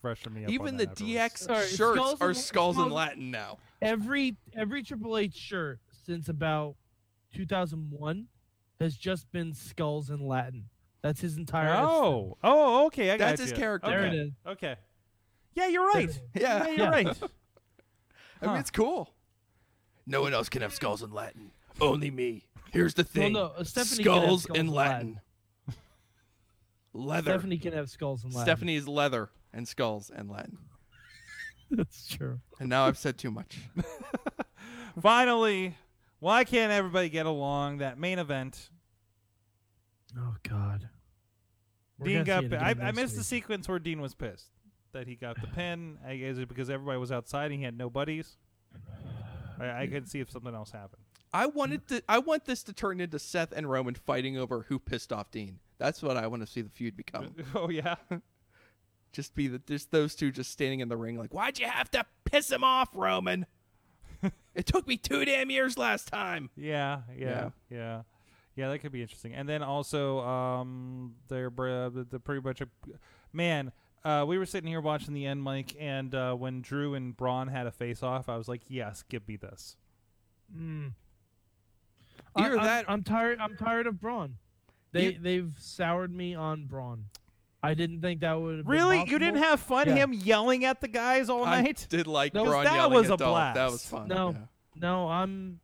Speaker 2: freshen me up. on
Speaker 5: Even the
Speaker 2: that afterwards.
Speaker 5: DX
Speaker 4: Sorry,
Speaker 5: shirts
Speaker 4: skulls
Speaker 5: are
Speaker 4: in-
Speaker 5: skulls in
Speaker 4: skulls-
Speaker 5: Latin now.
Speaker 4: Every every Triple H shirt since about 2001 has just been skulls in Latin. That's his entire.
Speaker 2: Oh, oh, okay. I got
Speaker 5: That's his
Speaker 2: you.
Speaker 5: character.
Speaker 4: there
Speaker 2: Okay.
Speaker 4: it is.
Speaker 2: Okay. Yeah, you're right.
Speaker 5: Yeah.
Speaker 2: Yeah, you're
Speaker 4: Yeah.
Speaker 2: right.
Speaker 5: I mean,
Speaker 2: Huh.
Speaker 5: it's cool. No one else can have skulls in Latin. Only me. Here's the thing.
Speaker 4: no, uh, Stephanie can have
Speaker 5: skulls,
Speaker 4: skulls
Speaker 5: in
Speaker 4: in
Speaker 5: Latin. Leather.
Speaker 4: Stephanie can have skulls in Latin.
Speaker 5: Stephanie is leather and skulls and Latin.
Speaker 4: that's true.
Speaker 5: And now I've said too much.
Speaker 2: Finally, why can't everybody get along? That main event.
Speaker 4: Oh God. We're
Speaker 2: Dean
Speaker 4: gonna see
Speaker 2: got.
Speaker 4: it
Speaker 2: pi-
Speaker 4: again
Speaker 2: I, I
Speaker 4: next
Speaker 2: missed the
Speaker 4: week.
Speaker 2: sequence where Dean was pissed that he got the pin. I guess it because everybody was outside and he had no buddies. I, I couldn't see if something else happened.
Speaker 5: I wanted to I want this to turn into Seth and Roman fighting over who pissed off Dean. That's what I want to see the feud become.
Speaker 2: Oh yeah.
Speaker 5: Just be that just those two just standing in the ring like, why'd you have to piss him off, Roman? it took me two damn years last time.
Speaker 2: Yeah, yeah,
Speaker 5: Yeah.
Speaker 2: yeah, yeah. that could be interesting. And then also, um, they're br- uh, the, the pretty much, a, man. Uh, we were sitting here watching the end, Mike, and uh, when Drew and Braun had a face off, I was like, "Yes, give me this."
Speaker 4: Mm.
Speaker 5: Either
Speaker 4: I,
Speaker 5: that-
Speaker 4: I'm, I'm tired. I'm tired of Braun. They
Speaker 5: You-
Speaker 4: they've soured me on Braun. I didn't think that would have been
Speaker 2: Really,
Speaker 4: possible.
Speaker 2: you didn't have fun
Speaker 4: Yeah.
Speaker 2: him yelling at the guys all
Speaker 5: I
Speaker 2: night?
Speaker 5: did like
Speaker 2: That was-
Speaker 5: Braun
Speaker 2: that
Speaker 5: yelling
Speaker 2: was
Speaker 5: at
Speaker 2: a
Speaker 5: Dolph. That
Speaker 2: blast.
Speaker 5: was fun.
Speaker 4: No.
Speaker 5: yeah.
Speaker 4: No, I'm.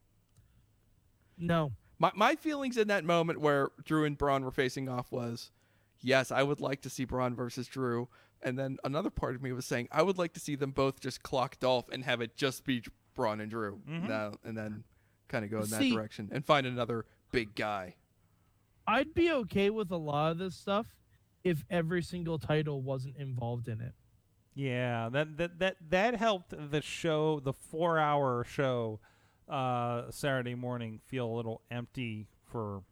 Speaker 4: No.
Speaker 5: My my feelings in that moment where Drew and Braun were facing off was, yes, I would like to see Braun versus Drew. And then another part of me was saying I would like to see them both just clock Dolph and have it just be Braun and Drew,
Speaker 2: Mm-hmm.
Speaker 5: Now- and then kind of go in that
Speaker 4: See-
Speaker 5: direction and find another big guy.
Speaker 4: I'd be okay with a lot of this stuff if every single title wasn't involved in it.
Speaker 2: Yeah, that that that that helped the show, the four-hour show, uh, Saturday morning, feel a little empty for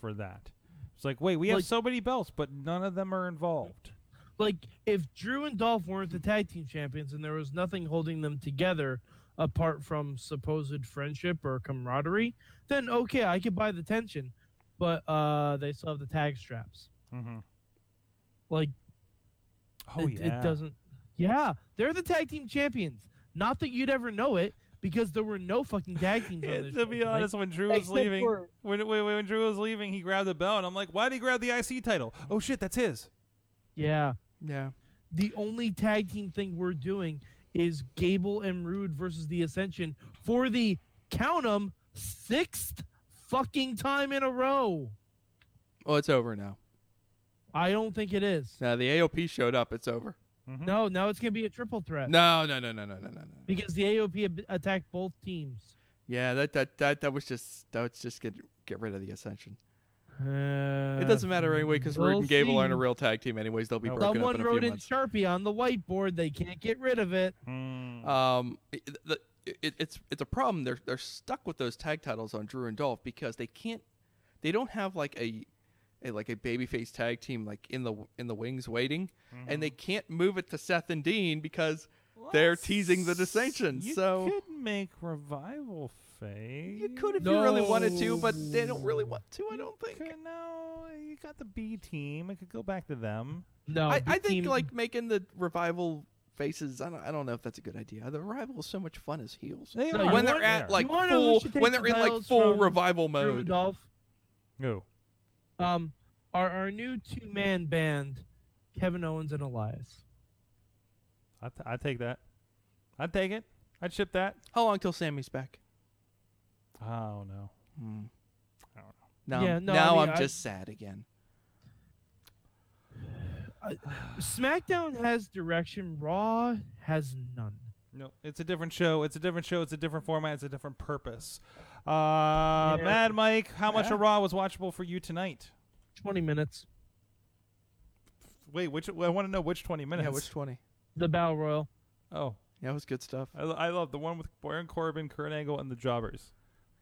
Speaker 2: for that. It's like, wait, we have
Speaker 4: Like-
Speaker 2: so many belts, but none of them are involved.
Speaker 4: Like if Drew and Dolph weren't the tag team champions and there was nothing holding them together apart from supposed friendship or camaraderie, then okay, I could buy the tension. But uh they still have the tag straps.
Speaker 2: Mm-hmm.
Speaker 4: Like
Speaker 2: Oh
Speaker 4: it,
Speaker 2: yeah,
Speaker 4: it doesn't Yeah, they're the tag team champions. Not that you'd ever know it because there were no fucking tag teams on this
Speaker 2: to
Speaker 4: show
Speaker 2: be
Speaker 4: tonight.
Speaker 2: honest, when Drew was
Speaker 4: Except
Speaker 2: leaving,
Speaker 4: for-
Speaker 2: when, when when Drew was leaving, he grabbed the belt, and I'm like, why did he grab the IC title? Oh shit, that's his.
Speaker 4: Yeah.
Speaker 5: Yeah.
Speaker 4: the only tag team thing we're doing is Gable and Rude versus the Ascension for the count 'em sixth fucking time in a row.
Speaker 5: Well, it's over now.
Speaker 4: I don't think it is.
Speaker 5: Now the AOP showed up. It's over.
Speaker 4: No, now it's gonna be a triple threat
Speaker 5: Mm-hmm. No, no, no, no, no, no, no, no.
Speaker 4: because the AOP ab- attacked both teams.
Speaker 5: Yeah, that that that that was just that was just get get rid of the Ascension.
Speaker 4: Uh,
Speaker 5: It doesn't matter anyway because Rude
Speaker 4: we'll
Speaker 5: and Gable
Speaker 4: see.
Speaker 5: aren't a real tag team anyways. They'll be
Speaker 2: No.
Speaker 5: broken up
Speaker 4: Someone
Speaker 5: in a
Speaker 4: wrote
Speaker 5: few
Speaker 4: in
Speaker 5: months.
Speaker 4: Sharpie on the whiteboard. They can't get rid of it.
Speaker 5: Um, it, the, it, it's it's a problem. They're they're stuck with those tag titles on Drew and Dolph because they can't, they don't have like a, a like a babyface tag team like in the in the wings waiting, and they
Speaker 4: Mm-hmm.
Speaker 5: can't move it to Seth and Dean because they're teasing the dissension.
Speaker 2: You
Speaker 5: so
Speaker 2: could make revival face.
Speaker 5: you could if you really wanted to, but they don't really
Speaker 4: No.
Speaker 5: want to. I don't think.
Speaker 2: Could- no, you got the B team. It could go back to them.
Speaker 4: No,
Speaker 5: I,
Speaker 4: the
Speaker 5: I think
Speaker 4: team-
Speaker 5: like making the revival faces. I don't, I don't know if that's a good idea. The revival is so much fun as heels.
Speaker 2: They
Speaker 4: No,
Speaker 2: are.
Speaker 4: you
Speaker 5: when they're
Speaker 4: want-
Speaker 5: at
Speaker 2: They are.
Speaker 5: like
Speaker 4: You wanna know who
Speaker 5: full,
Speaker 4: should take
Speaker 5: when
Speaker 4: the
Speaker 5: they're in like
Speaker 4: titles
Speaker 5: full
Speaker 4: from
Speaker 5: revival mode.
Speaker 4: Rudolph,
Speaker 2: Who?
Speaker 4: um, are our new two man band, Kevin Owens and Elias.
Speaker 2: I, t- I take that. I'd take it. I'd ship that.
Speaker 5: How long till Sammy's back?
Speaker 2: Oh no. I don't
Speaker 5: Now,
Speaker 4: Hmm. Yeah, no, I
Speaker 5: now
Speaker 4: mean,
Speaker 5: am
Speaker 4: I-
Speaker 5: just sad again.
Speaker 4: SmackDown has direction, Raw has none.
Speaker 2: No, it's a different show. It's a different show. It's a different format. It's a different purpose. Uh,
Speaker 4: Yeah.
Speaker 2: Mad Mike, how much
Speaker 5: Yeah.
Speaker 2: of Raw was watchable for you tonight?
Speaker 4: 20 minutes.
Speaker 2: Wait, which I want to know which twenty minutes.
Speaker 5: Yeah, which twenty?
Speaker 4: The Battle Royal.
Speaker 2: oh,
Speaker 5: Yeah, it was good stuff.
Speaker 2: I, lo- I love the one with Baron Corbin, Kurt Angle, and the Jobbers.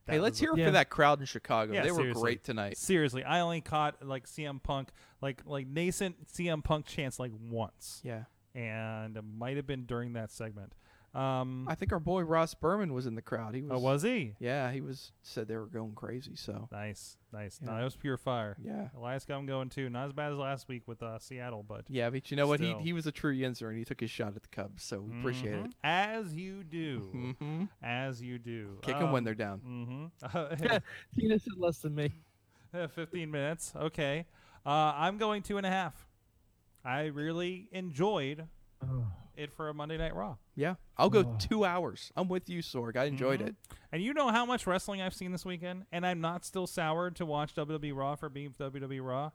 Speaker 5: hey,
Speaker 2: That
Speaker 5: let's
Speaker 2: was-
Speaker 5: hear
Speaker 4: Yeah.
Speaker 5: for that crowd in Chicago.
Speaker 2: Yeah,
Speaker 5: they were
Speaker 2: seriously.
Speaker 5: great tonight.
Speaker 2: Seriously, I only caught like CM Punk, like like nascent CM Punk chance like once,
Speaker 5: Yeah,
Speaker 2: and it might have been during that segment. Um,
Speaker 5: I think our boy Ross Berman was in the crowd. He was.
Speaker 2: oh, was he?
Speaker 5: Yeah, he was. Said they were going crazy. So
Speaker 2: Nice, nice. No,
Speaker 5: Yeah.
Speaker 2: it was pure fire.
Speaker 5: yeah,
Speaker 2: Elias got him going too. Not as bad as last week with uh, Seattle, but
Speaker 5: yeah. But you know what?
Speaker 2: Still.
Speaker 5: He he was a true yinzer and he took his shot at the Cubs. So we appreciate
Speaker 2: Mhm. As you do,
Speaker 5: it. Mm-hmm.
Speaker 2: as you do.
Speaker 5: Kick 'em when they're down.
Speaker 2: hmm
Speaker 4: Tina said less than me.
Speaker 2: Fifteen minutes. Okay, uh, I'm going two and a half. I really enjoyed it for a Monday Night Raw,
Speaker 5: Yeah, I'll go two hours. I'm with you, Sorg. I enjoyed
Speaker 2: Mhm.
Speaker 5: it.
Speaker 2: and you know how much wrestling I've seen this weekend, and I'm not still soured to watch WWE Raw for being WWE Raw.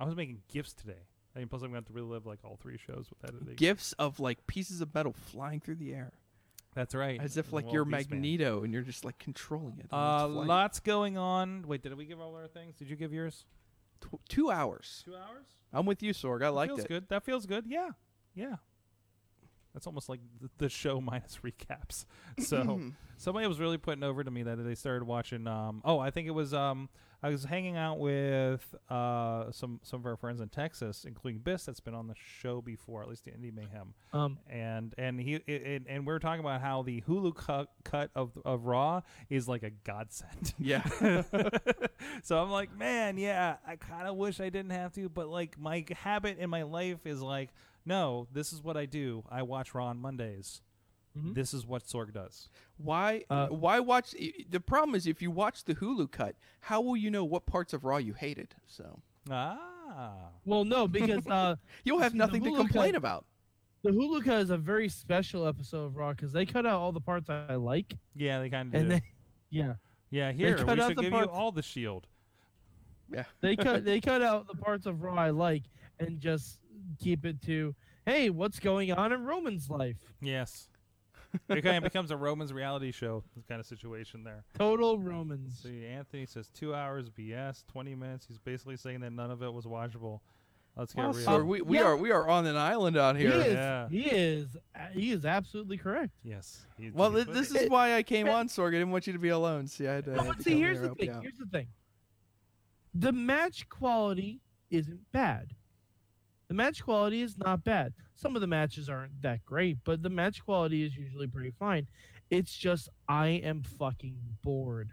Speaker 2: I was making gifts today. I mean, plus I'm going to have to relive like all three shows with editing.
Speaker 5: Gifts of like pieces of metal flying through the air,
Speaker 2: That's right.
Speaker 5: as if like
Speaker 2: Well,
Speaker 5: you're
Speaker 2: Beast Man.
Speaker 5: Magneto and you're just like controlling it.
Speaker 2: Uh,
Speaker 5: and it's flying.
Speaker 2: lots going on. Wait, did we give all our things? Did you give yours?
Speaker 5: Tw- two hours.
Speaker 2: Two hours.
Speaker 5: I'm with you, Sorg. I liked
Speaker 2: feels
Speaker 5: it.
Speaker 2: good. That feels good. Yeah, yeah. That's almost like th- the show minus recaps. So somebody was really putting over to me that they started watching. Um, oh, I think it was. Um, I was hanging out with uh, some some of our friends in Texas, including Biss, that's been on the show before, at least the Indie Mayhem,
Speaker 4: Um,
Speaker 2: and and he i- and, and we were talking about how the Hulu cut, cut of of Raw is like a godsend.
Speaker 5: Yeah.
Speaker 2: so I'm like, man, yeah, I kind of wish I didn't have to, but like my habit in my life is like, no, this is what I do. I watch Raw on Mondays.
Speaker 4: Mhm.
Speaker 2: This is what Sorg does.
Speaker 5: Why?
Speaker 4: Uh,
Speaker 5: why watch? i- The problem is if you watch the Hulu cut, how will you know what parts of Raw you hated? So
Speaker 2: Ah,
Speaker 4: well, no, because uh,
Speaker 5: you'll have
Speaker 4: See, the
Speaker 5: nothing to
Speaker 4: Hulu
Speaker 5: complain
Speaker 4: cut-
Speaker 5: about.
Speaker 4: the Huluka is a very special episode of Raw because they cut out all the parts I like,
Speaker 2: yeah, they kind of do.
Speaker 4: and they, yeah,
Speaker 2: yeah, here
Speaker 4: cut
Speaker 2: we
Speaker 4: out
Speaker 2: should
Speaker 4: the
Speaker 2: give
Speaker 4: part-
Speaker 2: you all the shield.
Speaker 5: Yeah.
Speaker 4: They cut they cut out the parts of Raw I like and just keep it to hey, what's going on in Roman's life?
Speaker 2: Yes. it kind of becomes a Romans reality show kind of situation there.
Speaker 4: Total Romans.
Speaker 2: See, Anthony says two hours BS, twenty minutes. He's basically saying that none of it was watchable. Let's get
Speaker 5: Wow,
Speaker 2: real.
Speaker 5: Sorg, we, we
Speaker 4: Yeah.
Speaker 5: are we are on an island out
Speaker 4: He
Speaker 5: here.
Speaker 4: is,
Speaker 2: Yeah.
Speaker 4: he is he is absolutely correct.
Speaker 2: yes. he-
Speaker 5: Well,
Speaker 2: he
Speaker 5: th-
Speaker 2: put
Speaker 5: this
Speaker 2: it.
Speaker 5: is why I came on, Sorg. I didn't want you to be alone. See, I had to. I
Speaker 4: But
Speaker 5: had to
Speaker 4: see
Speaker 5: come
Speaker 4: here's
Speaker 5: here,
Speaker 4: the
Speaker 5: help you
Speaker 4: thing.
Speaker 5: out.
Speaker 4: Here's the thing. The match quality isn't bad. The match quality is not bad. Some of the matches aren't that great, but the match quality is usually pretty fine. It's just I am fucking bored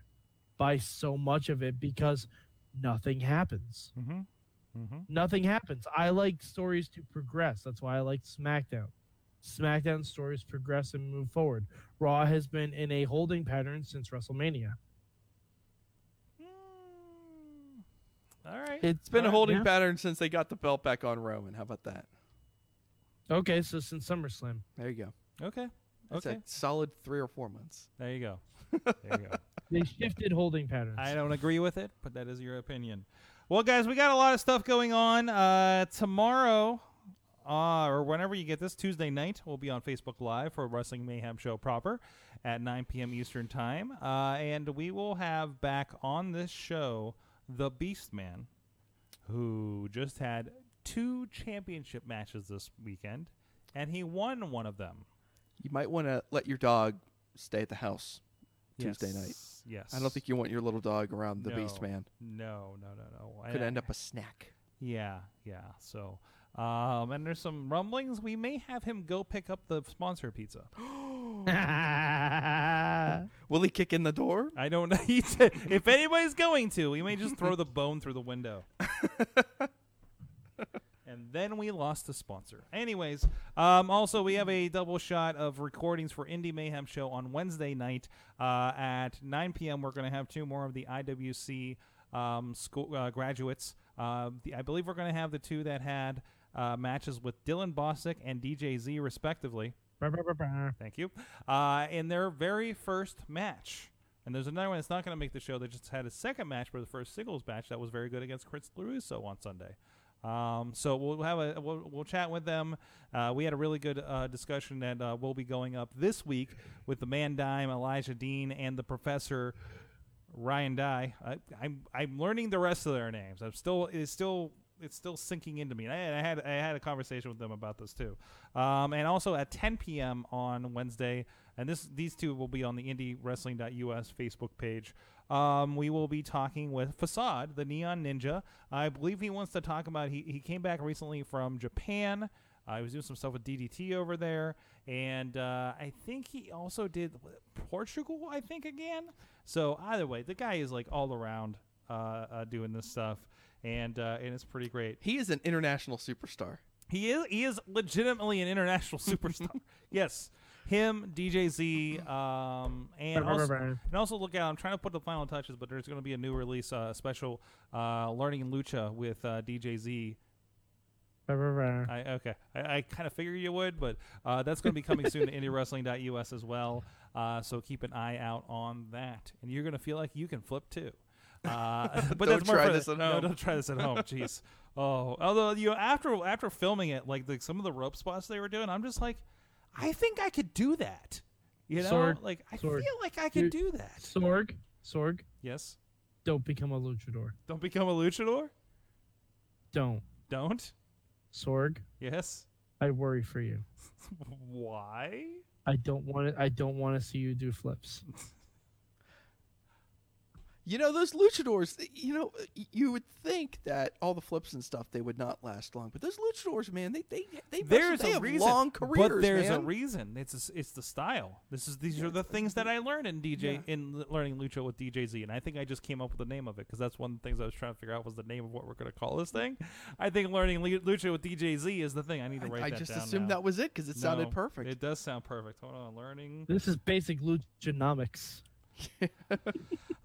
Speaker 4: by so much of it because nothing happens.
Speaker 2: Mhm. Mhm.
Speaker 4: nothing happens. I like stories to progress. That's why I like SmackDown. SmackDown stories progress and move forward. Raw has been in a holding pattern since WrestleMania.
Speaker 2: Mm. All right.
Speaker 5: It's been a holding
Speaker 4: yeah.
Speaker 5: pattern since they got the belt back on Roman. How about that?
Speaker 4: Okay, so since SummerSlam.
Speaker 5: There you go.
Speaker 2: okay.
Speaker 5: That's
Speaker 2: Okay.
Speaker 5: a solid three or four months.
Speaker 2: There you go. There you go.
Speaker 4: They shifted holding patterns.
Speaker 2: I don't agree with it, but that is your opinion. Well, guys, we got a lot of stuff going on. Uh, tomorrow, uh, or whenever you get this, Tuesday night, we'll be on Facebook Live for Wrestling Mayhem Show proper at 9 p.m. Eastern Time. Uh, and we will have back on this show the Beast Man, who just had two championship matches this weekend, and he won one of them.
Speaker 5: You might want to let your dog stay at the house Tuesday night.
Speaker 2: Yes. Yes.
Speaker 5: I don't think you want your little dog around the
Speaker 2: no,
Speaker 5: Beast Man.
Speaker 2: No, no, no, no.
Speaker 5: Could
Speaker 2: And
Speaker 5: end
Speaker 2: I-
Speaker 5: up a snack.
Speaker 2: Yeah, yeah. So, um, and there's some rumblings. We may have him go pick up the sponsor pizza.
Speaker 5: Will he kick in the door?
Speaker 2: I don't know. He said- if anybody's going to, we may just throw the bone through the window. and then we lost the sponsor. Anyways, um, also we have a double shot of recordings for Indie Mayhem show on Wednesday night uh, at 9 p.m. We're going to have two more of the IWC um, school uh, graduates. Uh, the, I believe we're going to have the two that had uh, matches with Dylan Bosick and DJ Z, respectively. Thank you. Uh, in their very first match. And there's another one that's not going to make the show. They just had a second match for the first singles match that was very good against Chris Larusso on Sunday. Um, so we'll have a we'll, we'll chat with them. Uh, we had a really good uh, discussion that uh, will be going up this week with the man Dime, Elijah Dean, and the Professor Ryan Dye. I, I'm I'm learning the rest of their names. I'm still it's still it's still sinking into me. And I, I had I had a conversation with them about this too. Um, and also at 10 p.m. on Wednesday, and this these two will be on the IndieWrestling.us Facebook page. Um, we will be talking with Facade, the Neon Ninja. I believe he wants to talk about he he came back recently from Japan. Uh, he was doing some stuff with DDT over there, and uh, I think he also did Portugal. I think again. So either way, the guy is like all around uh, uh, doing this stuff, and uh, and it's pretty great.
Speaker 5: He is an international superstar.
Speaker 2: He is he is legitimately an international superstar. yes. Him, DJ Z, um, and also, and also look out. I'm trying to put the final touches, but there's going to be a new release uh, special, uh, learning lucha with uh, DJ Z I, okay, I, I kind of figured you would, but uh, that's going to be coming soon to IndieWrestling.us as well. Uh, so keep an eye out on that, and you're going to feel like you can flip too. Uh, but
Speaker 5: Don't
Speaker 2: that's more
Speaker 5: try
Speaker 2: for the-
Speaker 5: this at
Speaker 2: No,
Speaker 5: home.
Speaker 2: don't try this at home. Jeez. Oh, although you know, after after filming it, like the, some of the rope spots they were doing, I'm just like, I think I could do that. You know,
Speaker 4: Sword.
Speaker 2: like I
Speaker 4: Sword.
Speaker 2: feel like I could do
Speaker 4: You-
Speaker 2: that.
Speaker 4: Sorg, Sorg,
Speaker 2: Yes.
Speaker 4: don't become a luchador.
Speaker 2: Don't become a luchador.
Speaker 4: Don't.
Speaker 2: Don't.
Speaker 4: Sorg,
Speaker 2: Yes.
Speaker 4: I worry for you.
Speaker 2: Why?
Speaker 4: I don't want to. I don't want to see you do flips.
Speaker 5: You know those luchadors. You know you would think that all the flips and stuff they would not last long, but those luchadors, man, they they they,
Speaker 2: there's
Speaker 5: they
Speaker 2: a
Speaker 5: have
Speaker 2: reason,
Speaker 5: long careers.
Speaker 2: but there's
Speaker 5: man.
Speaker 2: a reason. It's a, it's the style. This is these are the things that I learned in DJ in l- learning lucha with DJ Z, and I think I just came up with the name of it because that's one of the things I was trying to figure out was the name of what we're gonna call this thing. I think learning lu- lucha with DJ Z is the thing. I need to write
Speaker 5: I, I
Speaker 2: that
Speaker 5: just
Speaker 2: down. now.
Speaker 5: assumed that was it because it sounded
Speaker 2: No,
Speaker 5: perfect.
Speaker 2: It does sound perfect. Hold on, learning.
Speaker 4: This is basic luchanomics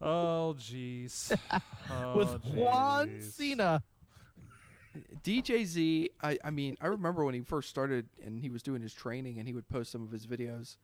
Speaker 2: Oh jeez. Oh,
Speaker 4: with Juan
Speaker 2: jeez.
Speaker 4: Cena.
Speaker 5: DJ Z, I, I mean, I remember when he first started and he was doing his training and he would post some of his videos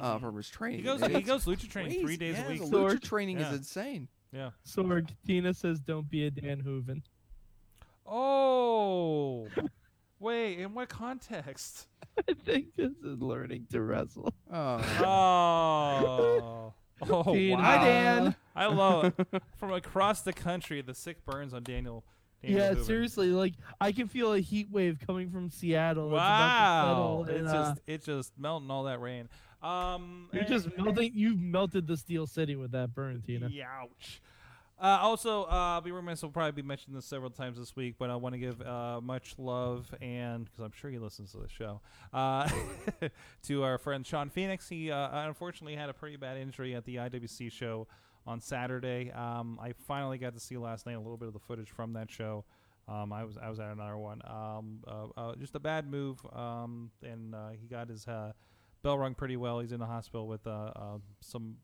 Speaker 5: uh, from his training.
Speaker 2: Mm. Mm-hmm. He goes.
Speaker 5: and
Speaker 2: He
Speaker 5: it's
Speaker 2: goes lucha training
Speaker 5: crazy.
Speaker 2: three days
Speaker 5: yeah,
Speaker 2: a week.
Speaker 5: The
Speaker 4: Sorg.
Speaker 5: lucha training
Speaker 2: Yeah.
Speaker 5: is insane.
Speaker 2: Yeah.
Speaker 4: Sorg, Tina says, don't be a Dan Hooven.
Speaker 2: Oh. Wait. In what context?
Speaker 4: I think this is learning to wrestle.
Speaker 5: Oh.
Speaker 2: Oh. Oh,
Speaker 4: Tina.
Speaker 2: wow.
Speaker 5: Hi, Dan.
Speaker 2: I love it. From across the country, the sick burns on Daniel. Daniel
Speaker 4: yeah,
Speaker 2: Hoover.
Speaker 4: seriously, like I can feel a heat wave coming from Seattle. It's
Speaker 2: Wow.
Speaker 4: about to settle,
Speaker 2: It's
Speaker 4: and, uh,
Speaker 2: just, it's just melting all that rain. Um,
Speaker 4: you're just melting. You melted the steel city with that burn, Tina.
Speaker 2: Ouch. Uh, also, uh, I'll be remiss. I'll probably be mentioning this several times this week, but I want to give uh, much love and because I'm sure he listens to the show uh, to our friend Sean Phoenix. He uh, unfortunately had a pretty bad injury at the IWC show on Saturday. Um, I finally got to see last night a little bit of the footage from that show. Um, I was I was at another one. Um, uh, uh, just a bad move, um, and uh, he got his uh, bell rung pretty well. He's in the hospital with uh, uh, some,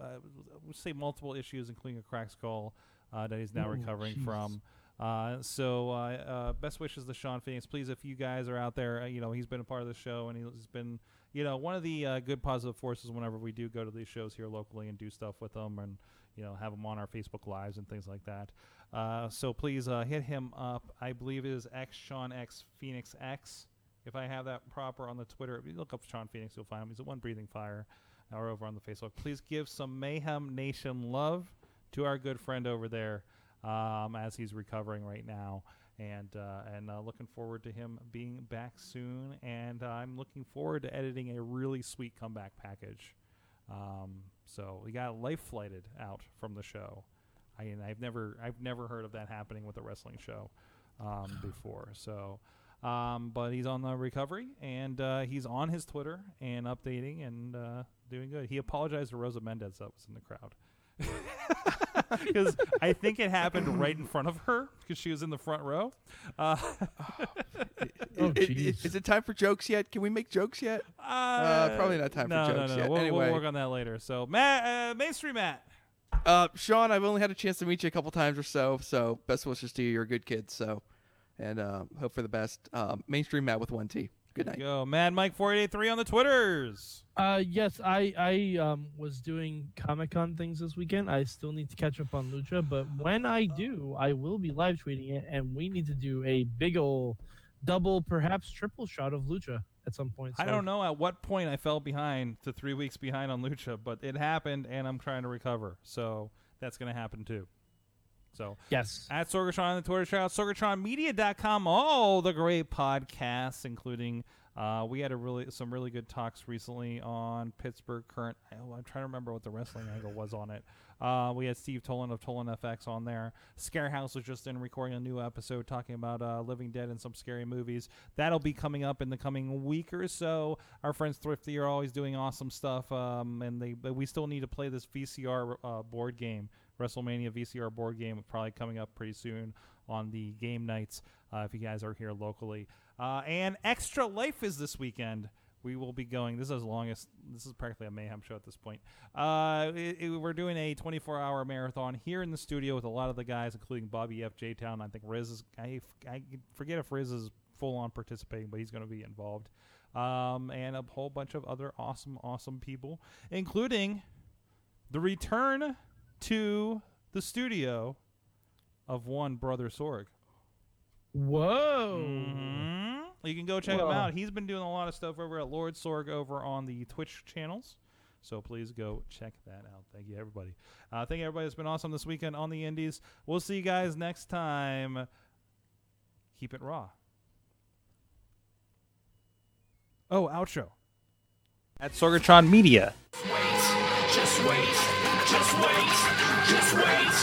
Speaker 2: uh, we'll say multiple issues, including a cracked skull uh, that he's now recovering from. Uh, so uh, uh, best wishes to Sean Phoenix. Please, if you guys are out there, uh, you know he's been a part of the show and he's been, you know, one of the uh, good positive forces. Whenever we do go to these shows here locally and do stuff with them and you know have him on our Facebook lives and things like that. Uh, so please uh, hit him up. I believe it is X Sean X Phoenix X. If I have that proper on the Twitter, if you look up Sean Phoenix, you'll find him. He's at One Breathing Fire uh, or over on the Facebook. Please give some Mayhem Nation love to our good friend over there um, as he's recovering right now. And uh, and uh, looking forward to him being back soon. And I'm looking forward to editing a really sweet comeback package. Um, so we got life flighted out from the show. I mean, I've never I've never heard of that happening with a wrestling show um, before. So, um, but he's on the recovery and uh, he's on his Twitter and updating and uh, doing good. He apologized to Rosa Mendez that was in the crowd. because I think it happened right in front of her because she was in the front row. Uh,
Speaker 4: Oh,
Speaker 5: It- it-
Speaker 4: jeez.
Speaker 5: is it time for jokes yet? Can we make jokes yet?
Speaker 2: uh,
Speaker 5: probably not time for
Speaker 2: no,
Speaker 5: jokes
Speaker 2: no, no.
Speaker 5: yet.
Speaker 2: We'll,
Speaker 5: Anyway.
Speaker 2: we'll work on that later. So Matt, uh, mainstream Matt.
Speaker 5: Uh, Sean, I've only had a chance to meet you a couple times or so, so best wishes to you. You're a good kid, so and uh, hope for the best. Um, mainstream Matt with one T. Good night.
Speaker 2: Go Mad Mike four eight eight three on the twitters.
Speaker 4: Uh, yes, I I um was doing Comic Con things this weekend. I still need to catch up on Lucha, but when I
Speaker 2: Uh-huh.
Speaker 4: do, I will be live tweeting it, and we need to do a big ol' double, perhaps triple shot of Lucha at some point.
Speaker 2: I don't know at what point I fell behind to three weeks behind on Lucha, but it happened, and I'm trying to recover. So that's going to happen too. So
Speaker 4: Yes.
Speaker 2: At Sorgatron on the Twitter shout out, sorgatronmedia.com, all the great podcasts, including uh, we had a really some really good talks recently on Pittsburgh current. Oh, I'm trying to remember what the wrestling angle was on it. Uh, we had Steve Tolan of Tolan FX on there. Scarehouse was just in recording a new episode talking about uh, Living Dead and some scary movies. That'll be coming up in the coming week or so. Our friends Thrifty are always doing awesome stuff, um, and they but we still need to play this VCR uh, board game WrestleMania VCR board game probably coming up pretty soon on the game nights uh, if you guys are here locally. Uh, and Extra Life is this weekend. We will be going. This is as long as this is practically a mayhem show at this point. Uh, it- it- we're doing a 24-hour marathon here in the studio with a lot of the guys, including Bobby F. J. Town. I think Riz is. I, I forget if Riz is full-on participating, but he's going to be involved, um, and a whole bunch of other awesome, awesome people, including the return to the studio of one brother Sorg.
Speaker 4: Whoa.
Speaker 2: Mm-hmm. You can go check him
Speaker 4: Oh. Well.
Speaker 2: out. He's been doing a lot of stuff over at Lord Sorg over on the Twitch channels. So please go check that out. Thank you, everybody. Uh, thank you, everybody. It's been awesome this weekend on the Indies. We'll see you guys next time. Keep it raw. Oh, outro. At Sorgatron Media.
Speaker 3: wait, just wait, just wait, just wait,